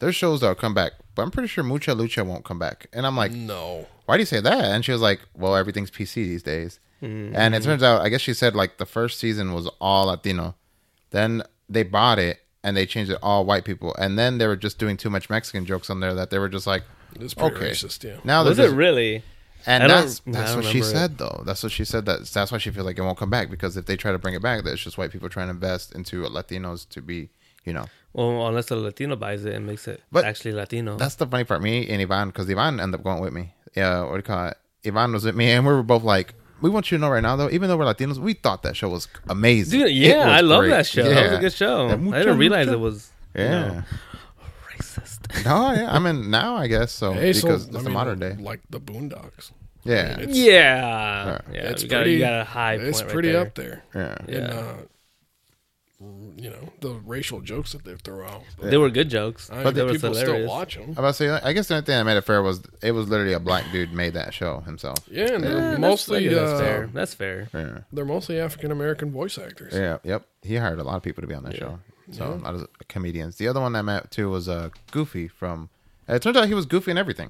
S1: there's shows that'll come back, but I'm pretty sure Mucha Lucha won't come back. And I'm like,
S3: no.
S1: why do you say that? And she was like, well, everything's PC these days. And
S2: Mm.
S1: it turns out, I guess she said like the first season was all Latino, then they bought it and they changed it all white people, and then they were just doing too much Mexican jokes on there that they were just like.
S3: It's pretty
S1: Okay.
S3: racist, yeah.
S1: Now
S2: was
S1: they're
S2: it
S1: just-
S2: really?
S1: and
S2: I don't-
S1: that's
S2: I
S1: that's
S2: don't
S1: what she
S2: remember it.
S1: said though. That's what she said. That that's why she feels like it won't come back because if they try to bring it back, that's just white people trying to invest into Latinos to be, you know.
S2: Well, unless the Latino buys it and makes it
S1: But
S2: actually Latino.
S1: That's the funny part. Me and Ivan, because Ivan ended up going with me. Yeah, what do you call it? Ivan was with me, and we were both like, we want you to know right now though, even though we're Latinos, we thought that show was amazing.
S2: Dude,
S1: It
S2: yeah,
S1: was
S2: I love
S1: great.
S2: that show. That was a good show.
S1: And
S2: I
S1: mucho,
S2: didn't realize
S1: mucho.
S2: it was you
S1: Yeah.
S2: know, racist.
S1: No, yeah. I mean, now I guess so
S3: Hey, so,
S1: because
S3: I
S1: it's the
S3: mean,
S1: modern day.
S3: Like the Boondocks.
S1: Yeah,
S3: It's-
S2: Yeah, yeah,
S3: it's
S2: you got,
S3: pretty-
S2: you got a high point.
S3: It's
S2: right
S3: pretty
S2: there.
S3: up there.
S1: yeah.
S3: in,
S2: Yeah.
S3: uh, you know, the racial jokes that they throw out.
S2: They were good jokes.
S3: I mean,
S2: but they were
S3: people still
S2: hilarious.
S3: watch them.
S1: I'm about to say, I guess the only thing that made it fair was it was literally a black dude made that show himself.
S3: Yeah, and
S2: Yeah,
S3: they're
S2: that's-
S3: mostly
S2: yeah, that's
S3: uh,
S2: fair. That's fair.
S1: Yeah.
S3: they're mostly African American voice actors.
S1: Yeah, yep. He hired a lot of people to be on that show. So a lot of comedians. The other one I met too was uh, Goofy from. and It turns out he was Goofy in everything.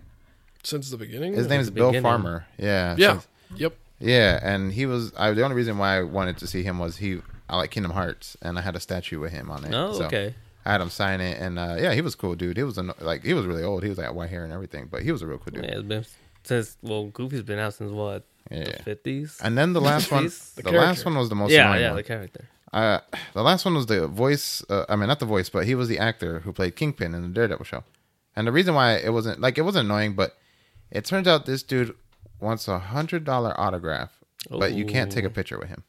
S3: Since the beginning,
S1: His name is
S2: the
S1: Bill
S2: beginning.
S1: Farmer. Yeah.
S3: yeah,
S1: so-
S3: yep.
S1: yeah, and he was. I, the only reason why I wanted to see him was he. I like Kingdom Hearts, and I had a statue with him on it.
S2: Oh,
S1: so
S2: okay.
S1: I had him sign it, and uh, yeah, he was a cool, dude. He was a, like he was really old. He was like white hair and everything, but he was a real cool dude.
S2: Yeah, it's been since well, Goofy's been out since what
S1: Yeah.
S2: the fifties.
S1: And then the last one,
S2: He's
S1: the,
S2: the
S1: last
S3: character.
S1: one was the most
S2: Yeah,
S1: annoying
S2: yeah,
S1: one.
S2: the character.
S1: uh, the last one was the voice. Uh, I mean, not the voice, but he was the actor who played Kingpin in the Daredevil show. And the reason why it wasn't like it was annoying, but it turns out this dude wants a hundred dollar autograph, but you can't take a
S2: Ooh.
S1: picture with him.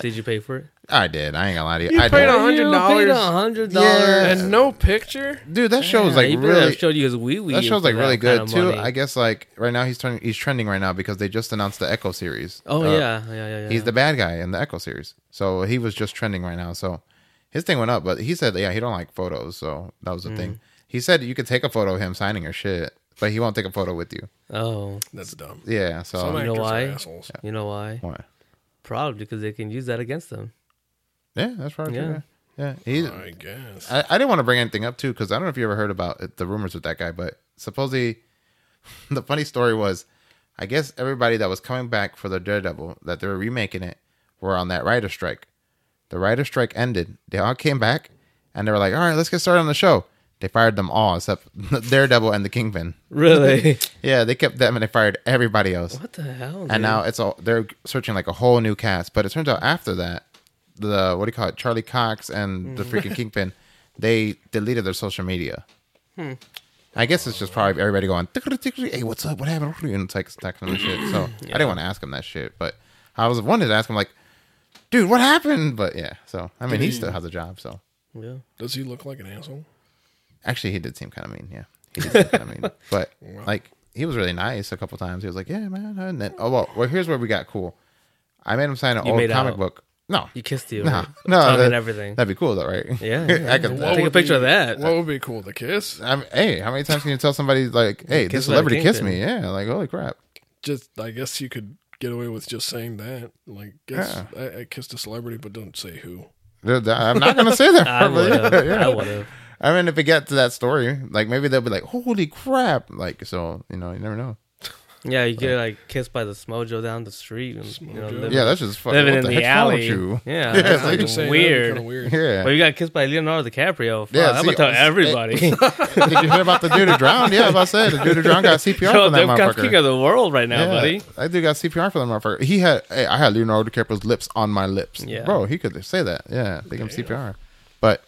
S2: Did you pay for it?
S1: I did. I ain't gonna lie to you. I
S3: paid
S1: did.
S3: a- $100.
S2: You paid a hundred
S1: Yeah.
S2: dollars.
S3: And no picture.
S1: dude, that show was like
S2: he better have
S1: really.
S2: showed you his wee wee.
S1: that show's like really good too. I
S2: I,
S1: guess like right now he's turning, he's trending right now because they just announced the Echo series.
S2: oh
S1: Uh,
S2: yeah, yeah, yeah, yeah.
S1: He's the bad guy in the Echo series. So he was just trending right now. So his thing went up, but he said, yeah, he don't like photos. So that was the
S2: Mm.
S1: thing. He said you could take a photo of him signing your shit, but he won't take a photo with you.
S2: oh,
S3: That's dumb.
S1: Yeah. So
S3: Some
S2: know
S3: actors
S2: why?
S3: are assholes.
S2: you know why?
S1: What?
S2: Probably because they can use that against them.
S1: Yeah, that's probably
S2: Yeah.
S1: true. Yeah. yeah. He's,
S3: I guess.
S1: I, I didn't want to bring anything up too because I don't know if you ever heard about it, the rumors with that guy, but supposedly the funny story was, I guess everybody that was coming back for the Daredevil that they were remaking it were on that writer strike. The writer strike ended. They all came back and they were like, "All right, let's get started on the show." They fired them all except Daredevil and the Kingpin.
S2: Really?
S1: Yeah, they kept them and they fired everybody else.
S2: what the hell?
S1: And now it's all they're searching like a whole new cast. But it turns out after that, the what do you call it, Charlie Cox and the freaking Kingpin, they deleted their social media. I guess it's just probably everybody going, "Hey, what's up? What happened?" And text texting and shit. So I didn't want to ask him that shit, but I was wanted to ask him like, "Dude, what happened?" But yeah, so I mean, he still has a job. So
S2: Yeah.
S3: Does he look like an asshole?
S1: actually, he did seem kind of mean. Yeah, he did seem kind of mean, but like he was really nice a couple times. He was like, "Yeah, man," and then oh well, well here's where we got cool. I made him sign an
S2: You
S1: old
S2: made
S1: comic
S2: out.
S1: book. No,
S2: You kissed you.
S1: no,
S2: right?
S1: no,
S2: Tongue
S1: that-
S2: and everything.
S1: That'd be cool though, right?
S2: Yeah,
S1: I
S2: yeah.
S1: could.
S2: What Take a
S3: would
S2: picture
S3: be-
S2: of that.
S3: What would be cool? The kiss?
S1: I'm, hey, how many times can you tell somebody like, "Hey, this
S2: Kiss without a
S1: celebrity
S2: king
S1: kissed
S2: pin.
S1: me"? Yeah, like holy crap.
S3: Just I guess you could get away with just saying that. Like, guess, I, I kissed a celebrity, but don't say who.
S1: Dude, I'm not gonna say that.
S2: I would have.
S1: probably. Yeah.
S2: I would have.
S1: I mean, if it got to that story, like maybe they'll be like, "Holy crap!" Like, so you know, you never know.
S2: Yeah, you get like kissed by the smojo down the street. And, you know,
S3: Smojo.
S2: living,
S1: Yeah, that's just fucking.
S2: living
S1: what
S2: in
S1: the,
S2: the,
S1: heck's wrong with
S2: alley.
S1: you?
S2: Yeah,
S1: Yeah, like
S2: that's like
S3: just saying that would be
S2: weird.
S3: kinda weird.
S1: Yeah.
S2: But you got kissed by Leonardo DiCaprio. Fuck,
S1: Yeah,
S2: I'm
S1: see,
S2: gonna tell
S1: it's- it-
S2: everybody.
S1: Did you hear about the dude who drowned? Yeah, I was about to say the dude who drowned got CPR
S2: Yo,
S1: from that
S2: they've got
S1: motherfucker.
S2: king of the world right now,
S1: yeah,
S2: buddy.
S1: That dude got CPR for that motherfucker. He had, hey, I had Leonardo DiCaprio's lips on my lips.
S2: Yeah.
S1: bro, he could say that. Yeah, they gave him CPR. But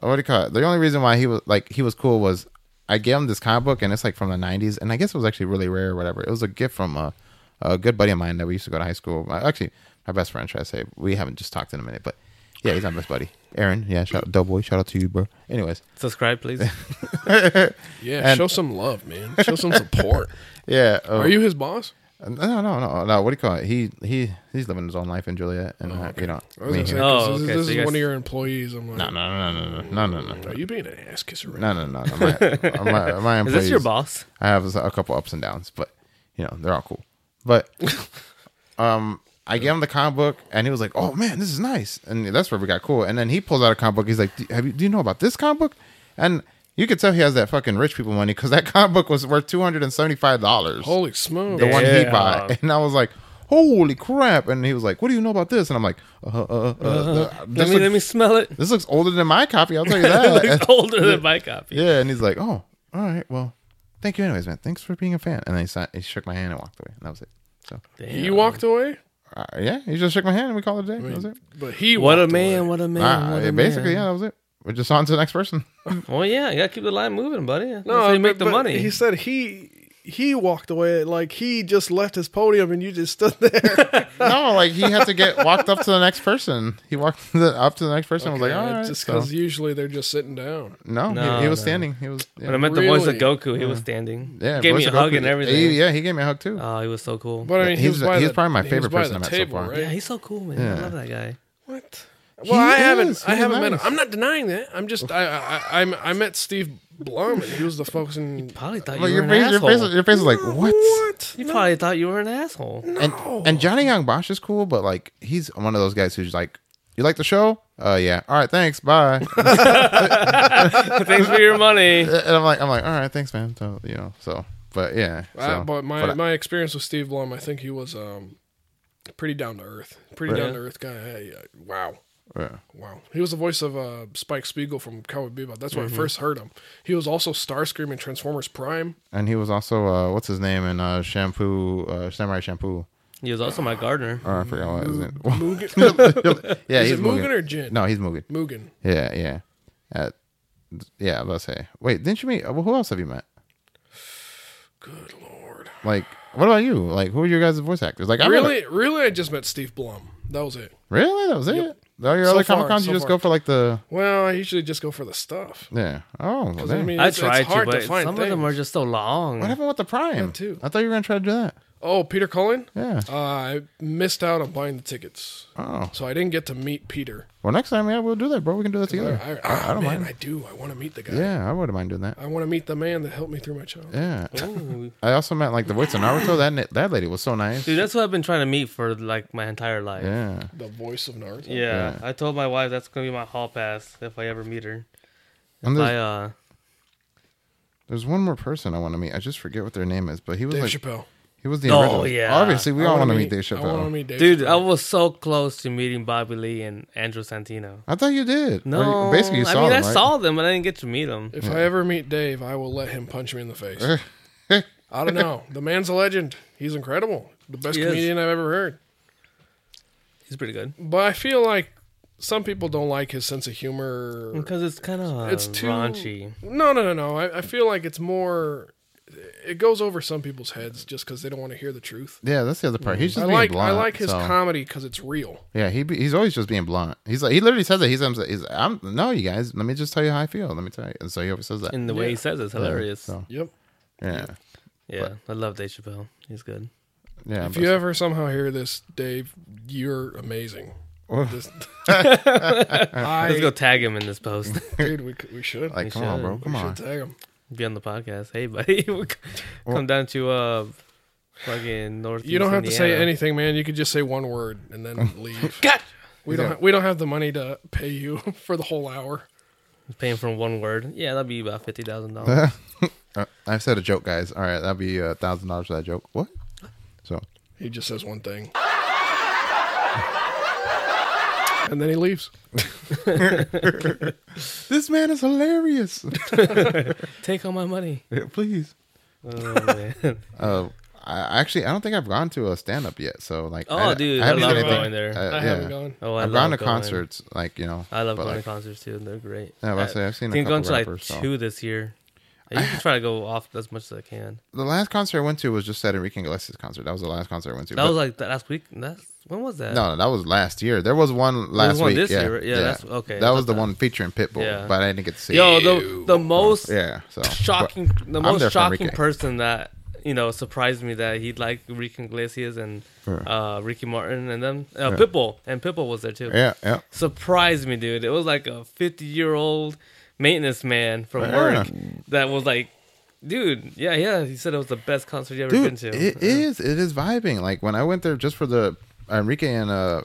S1: uh, what do you call it? The only reason why he was like he was cool was I gave him this comic book and it's like from the '90s and I guess it was actually really rare or whatever. It was a gift from a, a good buddy of mine that we used to go to high school. My- Actually, my best friend. Should I say we haven't just talked in a minute, but yeah, he's my best buddy, Aaron. Yeah, shout out Doughboy. Shout out to you, bro. Anyways,
S2: Subscribe, please.
S3: Yeah,
S1: And-
S3: show some love, man. Show some support.
S1: yeah. uh,
S3: Are you his boss?
S1: No, no, no, no. What do you call it? He he he's living his own life in Juliet, and uh, you know.
S3: I was
S1: me
S3: gonna say,
S1: here.
S3: 'cause
S2: Oh,
S3: this, is-
S2: okay,
S3: this
S2: so
S3: is
S2: you guys-
S3: one of your employees. I'm like,
S1: No, no, no, no, no, no, no, no.
S3: are you being an ass kisser? Right
S1: No, no, no, no. My, my, my
S2: Is
S1: employees.
S2: this your boss?
S1: I have a couple ups and downs, but you know they're all cool. But um, I gave him the comic book, and he was like, "Oh man, this is nice," and that's where we got cool. And then he pulls out a comic book. He's like, "Do- "Have you? Do you know about this comic book?" And you could tell he has that fucking rich people money because that comic book was worth two hundred and seventy five dollars.
S3: Holy smoke!
S1: the one he
S2: Damn.
S1: bought, and I was like. Holy crap! And he was like, "What do you know about this?" And I'm like, uh, uh, uh, uh,
S2: Let
S1: this,
S2: me,
S1: looks,
S2: let me smell it.
S1: this looks older than my copy. I'll tell you
S2: it
S1: that.
S2: looks older than my copy.
S1: Yeah, and he's like, "Oh, all right, well, thank you, anyways, man. Thanks for being a fan." And then he, si- he shook my hand and walked away, and that was it. So,
S3: You walked away,
S1: uh, yeah, he just shook my hand and we called it a day. That was it.
S3: but he
S2: What a
S3: walked away.
S2: man! What a man!
S1: Uh,
S2: what a
S1: basically,
S2: man.
S1: yeah, that was it. We're just on to the next person.
S2: Well, yeah, you gotta keep the line moving, buddy. No,
S3: No,
S2: That's how you
S3: but-
S2: make the
S3: but
S2: money.
S3: He said he he walked away like he just left his podium and you just stood there.
S1: no, like he had to get walked up to the next person. He walked to the, up to the next person. I was like, all right.
S3: just
S1: so-
S3: because usually they're just sitting down.
S1: no,
S2: No,
S1: he, he was
S2: no.
S1: standing. He was. Yeah,
S2: when I met the voice of
S3: Really?
S2: Goku, he was standing.
S1: yeah,
S2: he gave me
S1: Boris
S2: a hug
S1: Goku-
S2: and everything.
S1: He, yeah, he gave me a hug too.
S2: Oh, he was so cool.
S3: But I mean, he
S1: he's-
S3: was by
S1: he's
S3: the-
S1: probably my
S3: he was
S1: favorite
S3: by
S1: person
S3: the
S1: I've met so
S3: table,
S1: far.
S3: Right?
S2: yeah, he's so cool, man. I
S1: Yeah.
S2: love that guy.
S3: What? Well, I
S1: is.
S3: haven't. I
S1: He's
S3: haven't met him.
S1: nice.
S3: I'm not denying that. I'm just. I. I. I, I met Steve Blum. And he was the folks in.
S2: Probably thought
S1: Well,
S2: you
S1: your,
S2: were an
S1: face, your,
S2: asshole.
S1: face, your face is like, what?
S3: What?
S2: you probably thought you were an asshole.
S1: And and Johnny Young Bosch is cool, but like he's one of those guys who's like, "You like the show? Uh, yeah. All right, thanks. Bye." and
S2: Thanks for your money.
S1: I'm like, I'm like, "All right, thanks, man." So you know, so but yeah. So,
S3: Uh, but my
S1: I-
S3: my experience with Steve Blum, I think he was um, pretty down to earth. Pretty
S2: Really?
S3: down to earth guy. Hey, uh, wow.
S1: yeah.
S3: Wow, he was the voice of uh, Spike Spiegel from Cowboy Bebop. That's where I first heard him. He was also Starscream in Transformers Prime.
S1: and he was also uh, what's his name in uh, Shampoo uh, Samurai Shampoo.
S2: He was also my gardener.
S1: Or I forgot what his name.
S3: Mugen,
S1: yeah,
S3: is
S1: he's
S3: it Mugen,
S1: Mugen.
S3: or Jin?
S1: No, he's Mugen.
S3: Mugen.
S1: Yeah, yeah. Uh, yeah, let's say. Wait, didn't you meet? uh, Well, who else have you met?
S3: Good lord.
S1: Like, what about you? Like, who are your guys' voice actors? Like, I met-
S3: Really, really, I just met Steve Blum. That was it.
S1: really, that was it. All your
S3: So
S1: other
S3: far,
S1: comic cons,
S3: so
S1: you just go
S3: far.
S1: for like the
S3: Well, I usually just go for the stuff.
S1: yeah. Oh, well,
S3: 'Cause,
S1: damn.
S3: I mean,
S2: I
S3: it's, it's
S2: tried to,
S3: hard
S2: but
S3: to
S2: some
S3: find
S2: of them
S3: things.
S2: are just so long.
S1: What happened with the Prime?
S3: That too.
S1: I thought you were gonna try to do that.
S3: Oh, Peter Cullen.
S1: Yeah.
S3: Uh, I missed out on buying the tickets,
S1: Oh.
S3: so I didn't get to meet Peter.
S1: Well, next time, yeah, we'll do that, bro. We can do that
S3: I,
S1: together.
S3: I,
S1: I don't
S3: man,
S1: mind.
S3: I do. I want to meet the guy.
S1: yeah, I wouldn't mind doing that.
S3: I want to meet the man that helped me through my childhood.
S1: Yeah.
S2: Ooh.
S1: I also met like the voice of Naruto. That na- that lady was so nice.
S2: Dude, that's what I've been trying to meet for like my entire life. Yeah.
S1: yeah.
S3: The voice of Naruto.
S1: Yeah.
S2: I told my wife that's gonna be my hall pass if I ever meet her.
S1: And
S2: I
S1: there's,
S2: uh
S1: there's one more person I want to meet. I just forget what their name is, but he was
S3: Dave
S1: like
S3: Chappelle.
S1: he was the
S2: Oh,
S1: original.
S2: yeah.
S1: Obviously, we
S3: I
S1: all
S3: wanna
S1: want to meet Dave
S3: I want to
S1: Chappelle.
S3: meet Dave.
S2: dude,
S3: Chappelle.
S2: I was so close to meeting Bobby Lee and Andrew Santino.
S1: I thought you did. Or
S2: No,
S1: you- basically you saw
S2: I mean
S1: them,
S2: I
S1: right?
S2: saw them, but I didn't get to meet them.
S3: if I ever meet Dave, I will let him punch me in the face. I don't know. The man's a legend. He's incredible. The best
S2: He is.
S3: comedian I've ever heard.
S2: He's pretty good
S3: But I feel like some people don't like his sense of humor.
S2: because it's kind of
S3: It's
S1: Um,
S3: too
S2: raunchy.
S3: No, no, no, no. I, I feel like it's more. It goes over some people's heads just because they don't want to hear the truth.
S1: Yeah, that's the other part. He's just
S3: I
S1: being
S3: like
S1: blunt.
S3: I like his
S1: so-
S3: comedy because it's real.
S1: Yeah, he be, he's always just being blunt. He's like he literally says that he's, he's I'm no you guys. Let me just tell you how I feel. Let me tell you. And so he always says that.
S2: And the way he says it's
S1: Yeah,
S2: hilarious. Yeah,
S1: so,
S3: Yep.
S1: yeah,
S2: I love Dave Chappelle. He's good.
S1: yeah.
S3: If
S1: but-
S3: you ever somehow hear this, Dave, you're amazing.
S1: Oh.
S3: This,
S2: Let's go
S3: I,
S2: tag him in this post.
S3: dude, we, c- we should.
S1: Like,
S2: We
S1: come on,
S2: should.
S1: bro. Come
S3: we
S1: on.
S3: should tag him.
S2: Be on the podcast. Hey, buddy, We'll c- come down to uh, fucking north.
S3: You don't have to say anything, man. You could just say one word and then leave.
S2: God,
S3: we don't. Ha- we don't have the money to pay you for the whole hour.
S2: paying for one word. Yeah, that'd be about fifty thousand dollars.
S1: Uh, I've said a joke, guys. All right, that'll be a thousand dollars for that joke. What? So
S3: He just says one thing, and then he leaves.
S1: this man is hilarious.
S2: Take all my money.
S1: Please.
S2: Oh man,
S1: Uh, I actually I don't think I've gone to a stand up yet. So like,
S2: Oh,
S1: I,
S2: dude, I
S1: haven't
S2: love
S1: done anything-
S2: going there.
S1: uh,
S3: I
S1: yeah.
S3: haven't gone.
S2: Oh, I
S1: I've
S2: love
S1: gone to
S2: going.
S1: concerts, like you know.
S2: I love
S1: but,
S2: going
S1: like,
S2: to concerts too. They're great.
S1: Yeah, I was about to say, I've seen a couple
S2: going to like
S1: rappers, so.
S2: two this year. I usually try to go off as much as I can.
S1: the last concert I went to was just at Enrique Iglesias concert. That was the last concert I went to.
S2: That
S1: But-
S2: was like the last week. That's when was that?
S1: no, no, that was last year. There was one last
S2: one
S1: week.
S2: this
S1: yeah,
S2: year, right? Yeah, that's- okay,
S1: That
S2: I
S1: was the
S2: thought-
S1: one featuring Pitbull,
S2: Yeah.
S1: but I didn't get to see.
S2: Yo,
S1: it.
S2: the the most
S1: yeah, so but-
S2: shocking, the
S1: I'm
S2: most
S1: there for
S2: shocking
S1: Enrique.
S2: person that you know surprised me that he liked Ricky Iglesias and uh, Ricky Martin and them uh, Pitbull and Pitbull was there too.
S1: Yeah, yeah.
S2: surprised me, dude. It was like a 50 year old maintenance man from
S1: Yeah.
S2: work that was like, dude, yeah, yeah. He said it was the best concert you ever been
S1: dude
S2: to.
S1: it is it is vibing like when i went there just for the enrique and uh,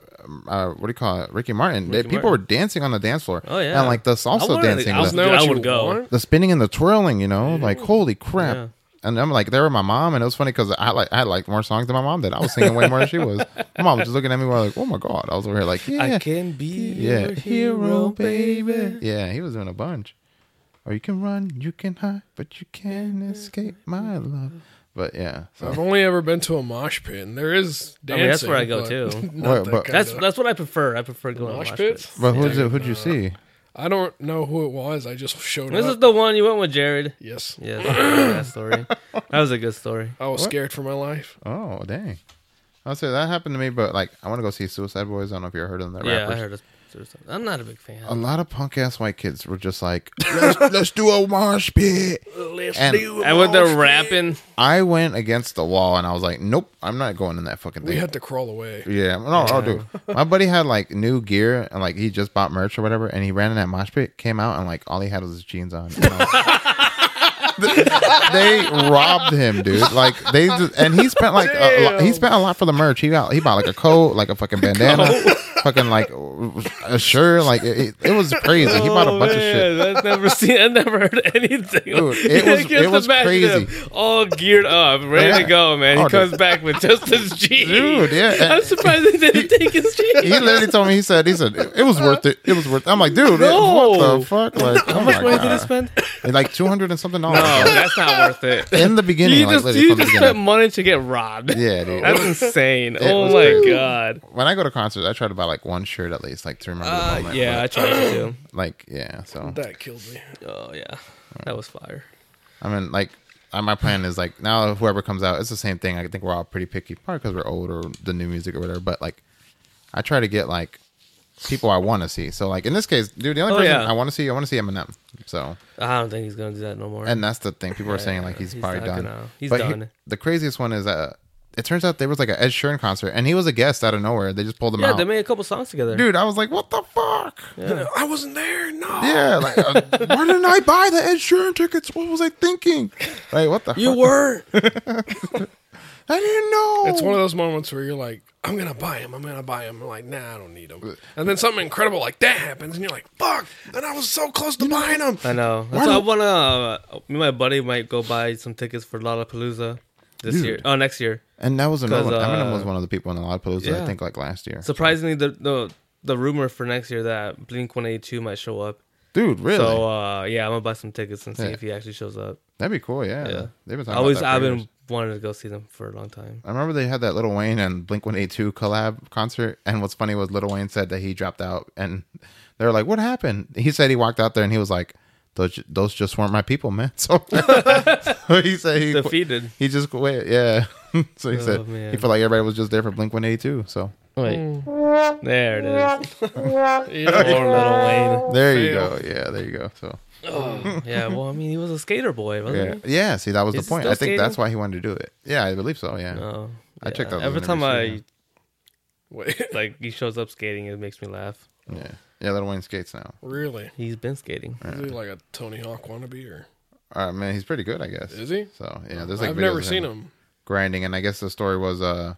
S1: uh what do you call it ricky martin they,
S2: Ricky
S1: people
S2: Martin.
S1: were dancing on the dance floor
S2: Oh, yeah.
S1: and like the
S2: I
S1: salsa
S2: wanted to-
S1: dancing
S2: I, was,
S1: the,
S3: Know
S2: dude,
S3: what
S2: I
S3: you
S2: would go.
S3: want?
S1: the spinning and the twirling you know like holy crap
S2: Yeah.
S1: and i'm like there with my mom and it was funny because i like i liked more songs than my mom did i was singing way more than she was my mom was just looking at me like oh my god i was over here like yeah
S2: I can be
S1: yeah
S2: your hero, baby.
S1: yeah he was doing a bunch or you can run you can hide but you can't escape my love but yeah so
S3: I've only ever been to a mosh pit. And there is
S2: I
S3: dancing.
S2: mean, that's where I go,
S3: but
S2: too.
S3: not
S1: Wait,
S3: that
S1: but-
S3: kind
S2: That's
S3: of-
S2: that's what I prefer. I prefer going to
S3: Mosh
S2: mosh
S3: pits?
S2: pits.
S1: But who'd you, who'd you see?
S3: I don't know who it was. I just showed
S2: This
S3: up.
S2: is the one you went with Jared.
S3: yes,
S2: Yeah, that's a good story. That was a good story.
S3: I was scared for my life.
S1: Oh, dang. I'll say that happened to me, but like I want to go see Suicide Boys. I don't know if you ever heard of them. That
S2: Yeah, I
S1: rappers. Um,
S2: heard it. I'm not a big fan.
S1: A lot of punk ass white kids were just like, let's, let's do a mosh pit.
S3: Let's
S1: And-
S3: do it.
S2: and when they're rapping,
S1: I went against the wall and I was like, nope, I'm not going in that fucking
S3: We
S1: thing.
S3: had to crawl away.
S1: yeah, no, I'll do. it. My buddy had like new gear and like he just bought merch or whatever, and he ran in that mosh pit, came out, and like all he had was his jeans on. And I was they robbed him, dude. Like they just, and he spent like a, lot he spent a lot for the merch. He got he bought like a coat, like a fucking bandana, fucking like a shirt. Like it, it, it was crazy. He bought a bunch of shit.
S2: Oh, I've never seen. I never heard anything.
S1: Dude, it
S2: I
S1: was-
S2: can't
S1: it was
S2: imagine him
S1: crazy.
S2: all geared up, ready
S1: Yeah.
S2: to go, man.
S1: Oh,
S2: He
S1: dude.
S2: comes back with just his jeans.
S1: Dude, yeah.
S2: I'm surprised they didn't take his jeans.
S1: He literally told me. He said. He said it was worth it. It was worth. It. I'm like, dude, what
S2: No.
S1: the fuck? Like,
S2: How much money did he
S1: spend?
S2: spend?
S1: Like two hundred and something dollars. Like,
S2: No, Oh, that's not worth it.
S1: in the beginning,
S2: You
S1: like,
S2: just,
S1: literally
S2: you
S1: from the
S2: just spent
S1: beginning.
S2: money to get robbed.
S1: Yeah, dude.
S2: That's insane.
S1: was
S2: Oh my
S1: crazy.
S2: god.
S1: when I go to concerts, I try to buy like one shirt at least, like to remember the
S2: Uh,
S1: moment.
S2: yeah, I tried to do.
S1: but, like yeah. So
S3: That killed me.
S2: Oh yeah, that was fire.
S1: I mean, like, uh, my plan is like now whoever comes out, it's the same thing. I think we're all pretty picky, probably because we're old or the new music or whatever. But like, I try to get like people I want to see. So like in this case, dude, the only
S2: Oh,
S1: person
S2: yeah.
S1: I want to see, I want to see Eminem. So
S2: I don't think he's gonna do that no more.
S1: and that's the thing people are saying like he's,
S2: he's
S1: probably
S2: not
S1: done.
S2: gonna- he's
S1: he-
S2: done.
S1: the craziest one is uh, it turns out there was like an Ed Sheeran concert and he was a guest out of nowhere. They just pulled him
S2: yeah,
S1: out.
S2: they made a couple songs together.
S1: dude, I was like, what the fuck?
S2: Yeah.
S3: I wasn't there. No.
S1: Yeah, like, uh, why didn't I buy the Ed Sheeran tickets? What was I thinking? Like, what the? fuck?
S3: were.
S1: I didn't know.
S3: It's one of those moments where you're like, I'm gonna buy him. I'm gonna buy him. I'm like, nah, I don't need him. And then something incredible like that happens, and you're like, fuck. And I was so close to buying him.
S2: I know.
S1: Why
S2: So I
S1: don't-
S2: wanna. Uh, me and my buddy might go buy some tickets for Lollapalooza this
S1: Dude.
S2: year. Oh, next year.
S1: And that was another one.
S2: 'Cause,
S1: Eminem
S2: uh,
S1: was one of the people in a lot of Lollapalooza, I
S2: yeah.
S1: think, like last year.
S2: Surprisingly, the the the rumor for next year that Blink One Eighty Two might show up.
S1: Dude, really?
S2: So uh, yeah, I'm gonna buy some tickets and see
S1: Yeah.
S2: if he actually shows up.
S1: That'd be cool, yeah.
S2: Yeah.
S1: They've been talking
S2: I always
S1: about that
S2: I've
S1: for
S2: been
S1: years.
S2: wanting to go see them for a long time.
S1: I remember they had that Little Wayne and Blink 182 collab concert. And what's funny was Little Wayne said that he dropped out. And they were like, what happened? He said he walked out there and he was like, those, those just weren't my people, man. So he said he, quit-
S2: Defeated.
S1: he just quit. Yeah. so he said
S2: Oh, man.
S1: he felt like everybody was just there for Blink 182. So
S2: Wait, Mm. there it is.
S3: Yeah.
S2: Poor little
S1: there you
S3: Fail.
S1: go. Yeah, there you go. So
S2: Wayne. Yeah. Well, I mean, he was a skater boy, wasn't
S1: yeah. Yeah. See, that was
S2: Is
S1: the
S2: he
S1: point. I
S2: still
S1: think that's
S2: skating?
S1: why he wanted to do it. Yeah, I believe so. Yeah.
S2: he? Oh,
S1: I checked out those
S2: Every time I
S1: interviews,
S3: Wait,
S2: like he shows up skating, it makes me laugh.
S1: Yeah. Yeah, Little Wayne skates now.
S3: really?
S2: He's been skating.
S3: Is he like a Tony Hawk wannabe, or
S1: Uh, man, he's pretty good, I guess.
S3: is he?
S1: So yeah, there's like
S3: I've
S1: videos
S3: never
S1: of
S3: seen him.
S1: grinding, and I guess the story was uh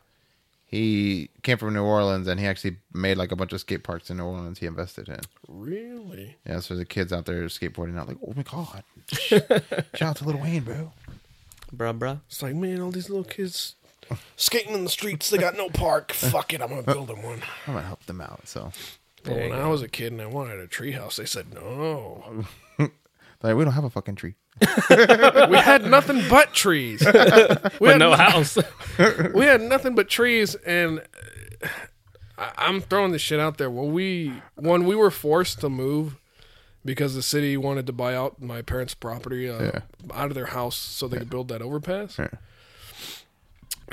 S1: he came from New Orleans and he actually made like a bunch of skate parks in New Orleans. He invested in.
S3: Really?
S1: Yeah, so the kids out there skateboarding out like, oh my god, shout out to Little Wayne, bro.
S2: Bruh, bruh.
S3: It's like, man, all these little kids skating in the streets. They got no park. Fuck it, I'm gonna build them one.
S1: I'm gonna help them out. So
S3: But
S2: There
S3: when
S2: you
S3: I was a kid and I wanted a treehouse, they said no.
S1: They're like, we don't have a fucking tree.
S3: we had nothing but trees. We
S2: But
S3: had
S2: no house.
S3: we had nothing but trees and uh, I- i'm throwing this shit out there when we when we were forced to move because the city wanted to buy out my parents property uh,
S1: Yeah.
S3: out of their house so they could build that overpass
S1: Yeah.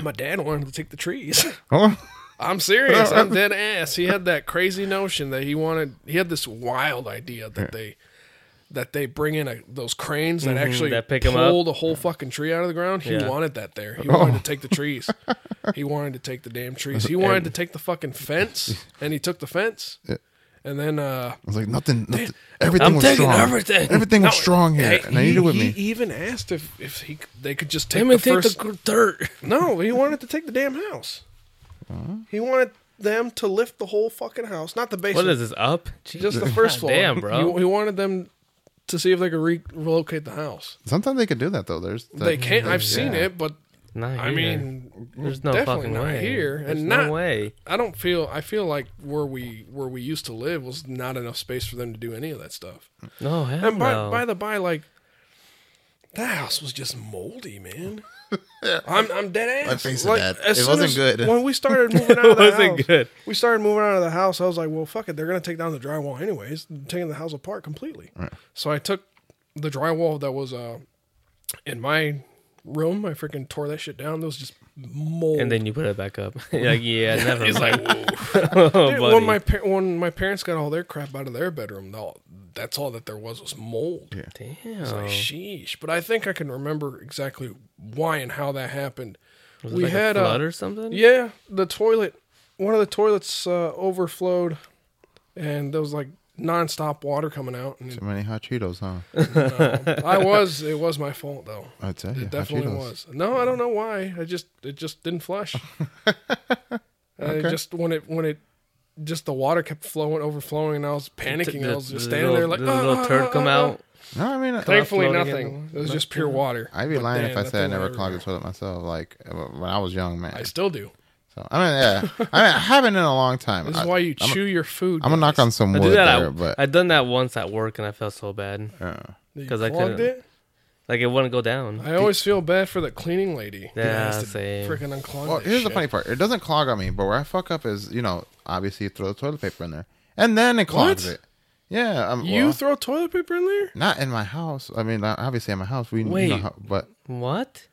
S3: my dad wanted to take the trees
S1: Oh,
S3: i'm serious i'm dead ass he had that crazy notion that he wanted he had this wild idea that they that they bring in a, those cranes that actually
S2: Mm-hmm. that pick 'em up.
S3: pull the whole fucking tree out of the ground. He
S2: Yeah.
S3: wanted that there.
S1: Oh.
S3: He wanted to take the trees. he wanted to take the damn trees. He wanted to take the fucking fence, and he took the fence.
S1: Yeah.
S3: And then uh,
S1: I was like, nothing. nothing everything
S2: I'm
S1: was
S2: taking
S1: strong.
S2: everything.
S1: Everything was
S3: No,
S1: strong here, and I need
S3: he,
S1: it with
S3: he
S1: me.
S3: even asked if if he they could just take
S2: Let
S3: the
S2: me take
S3: first.
S2: the gr- dirt.
S3: no, he wanted to take the damn house. He wanted them to lift the whole fucking house, not the basement.
S2: What is this up?
S3: Just the first floor.
S2: Damn, bro.
S3: He, he wanted them to see if they could re- relocate the house.
S1: Sometimes they could do that though. There's
S3: They can't. I've seen it, but
S2: Not
S3: I
S2: here.
S3: mean,
S2: there's no
S3: definitely
S2: fucking
S3: not
S2: way
S3: here,
S2: There's
S3: and
S2: no
S3: not-
S2: way.
S3: I don't feel. I feel like where we where we used to live was not enough space for them to do any of that stuff.
S2: No, hell
S3: And by
S2: no.
S3: by the by, like that house was just moldy, man. I'm I'm dead ass.
S1: My face is
S3: like,
S1: bad.
S3: as
S1: It
S3: soon
S1: wasn't
S3: as-
S1: good.
S3: When we started moving out of
S2: it
S3: the
S2: wasn't
S3: house,
S2: good.
S3: we started moving out of the house. I was like, well, fuck it. They're gonna take down the drywall anyways, taking the house apart completely. So I took the drywall that was uh in my room. I freaking tore that shit down. There was just mold.
S2: And then you put it back up. You're like, yeah, never.
S3: It's
S2: mind.
S3: like, whoa.
S2: Oh,
S3: Yeah,
S2: buddy.
S3: when my par- when my parents got all their crap out of their bedroom, though, that's all that there was was mold. Yeah.
S2: Damn.
S3: Sheesh. But I think I can remember exactly why and how that happened.
S2: was it
S3: we
S2: like
S3: had
S2: a
S3: uh,
S2: flood or something?
S3: yeah, the toilet. One of the toilets uh, overflowed, and there was like nonstop water coming out. And
S1: So many hot Cheetos, huh?
S3: I was it was my fault though.
S1: I'd say
S3: It definitely
S1: hot Cheetos.
S3: was. No, I don't know why. I just it just didn't flush. I just when it when it just the water kept flowing, overflowing, and I was panicking. I was just standing
S2: little,
S3: there like,
S2: the
S3: ah,
S2: little
S3: ah,
S2: turd
S3: ah,
S2: come
S3: ah, ah."
S2: out.
S1: No, I mean, I-
S3: Thankfully,
S2: Floating
S3: nothing.
S2: in the-
S3: It was just pure water.
S1: I'd be
S3: But
S1: lying
S3: damn,
S1: if I
S3: that
S1: said I
S3: thing
S1: never
S3: went
S1: clogged the
S3: everywhere.
S1: toilet myself. Like when I was young, man.
S3: I still do.
S1: So I mean, yeah, I, mean, I haven't in a long time.
S3: This
S1: I,
S3: is why you
S1: I'm,
S3: chew your food.
S1: I'm gonna knock on some
S2: I
S1: wood
S2: did that.
S1: there,
S2: at,
S1: but
S2: I done that once at work, and I felt so bad.
S1: uh,
S3: because
S2: because
S3: I
S2: I
S3: clogged
S2: couldn't-
S3: it.
S2: Like it wouldn't go down.
S3: I always feel bad for the cleaning lady. who
S2: Yeah,
S3: has to
S2: same.
S3: Freaking unclog.
S1: well,
S3: that
S1: here's the
S3: shit.
S1: funny part: it doesn't clog on me. But where I fuck up is, you know, obviously you throw the toilet paper in there, and then it clogs
S3: What?
S1: it. Yeah, um,
S3: You
S1: well,
S3: throw toilet paper in there?
S1: not in my house. I mean, uh, obviously in my house we you know,
S2: Wait.
S1: how, but
S2: What?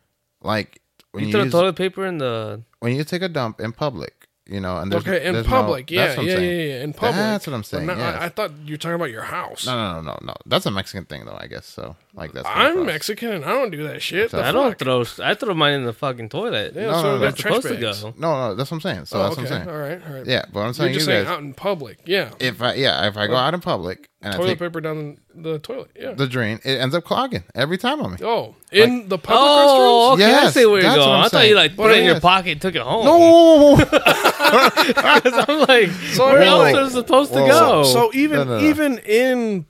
S1: like when
S2: You,
S1: you,
S2: throw
S1: use-
S2: toilet paper in the?
S1: when you take a dump in public, you know, and there's,
S3: okay, in
S1: there's no-
S3: public. yeah,
S1: that's what I'm
S3: yeah, yeah,
S1: saying.
S3: yeah, In public.
S1: That's what I'm
S3: But
S1: saying,
S3: not-
S1: yes.
S3: I, I thought you were talking about your house.
S1: No, no, no, no, no. That's a Mexican thing, though. I guess so. Like that's. what it
S3: I'm
S1: was.
S3: Mexican and I don't do that shit. The
S2: I don't
S3: fuck?
S2: throw. I throw mine in the fucking toilet.
S3: Yeah,
S1: No, no,
S3: so
S1: no.
S3: we got
S2: That's
S3: trash
S2: supposed to
S3: bags.
S2: go.
S1: No, no, that's what I'm saying. So
S3: Oh,
S1: that's
S3: okay.
S1: what I'm saying.
S3: All right, all right.
S1: Yeah, but I'm saying
S3: You're
S1: you
S3: just
S1: guys.
S3: saying out in public. Yeah.
S1: if I yeah, if I go out in public and I
S3: toilet
S1: take
S3: paper down the toilet. Yeah.
S1: the drain, it ends up clogging every time on me.
S3: oh, in the public
S2: Oh,
S3: restrooms?
S2: okay. I
S1: Yes,
S2: see where you're
S1: that's what
S2: going.
S1: I'm
S2: I thought you
S1: saying.
S2: like put it in your
S1: Yes.
S2: pocket, and took it home.
S1: No,
S2: I'm like,
S3: I
S2: where
S3: mean,
S2: else
S3: like-
S2: is it supposed to
S1: Whoa.
S2: go?
S3: So even
S1: oh. No, no, no.
S3: even in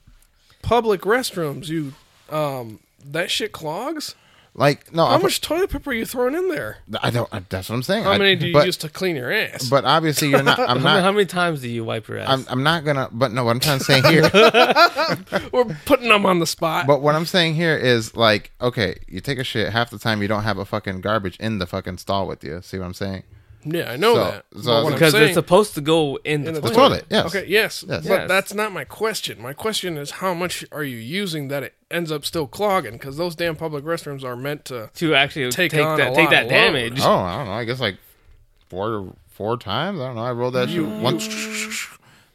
S3: public restrooms, you um that shit clogs?
S1: like no,
S3: How
S1: I,
S3: much toilet paper are you throwing in there?
S1: I don't. I, that's what I'm saying.
S3: How
S1: I-
S3: many do you
S1: but,
S3: use to clean your ass?
S1: But obviously, you're not. I'm
S2: how, many,
S1: not.
S2: how many times do you wipe your ass?
S1: I'm, I'm not gonna. But no, what I'm trying to say here.
S3: We're putting them on the spot.
S1: but what I'm saying here is like, okay, you take a shit. Half the time, you don't have a fucking garbage in the fucking stall with you. See what I'm saying?
S3: yeah, I know
S1: So- so
S3: that. But what I'm
S2: because
S3: saying-
S2: it's supposed to go in the
S3: in the
S2: toilet.
S3: toilet.
S1: toilet, yes.
S3: Okay. Yes.
S1: Yes.
S3: But
S2: Yes.
S3: that's not my question. My question is how much are you using that it ends up still clogging? Because those damn public restrooms are meant to.
S2: to actually
S3: Take
S2: take,
S3: on a
S2: that take
S3: lot
S2: that
S3: of
S2: damage.
S1: Oh, I don't know. I guess like four four times. I don't know. I rolled that shit once,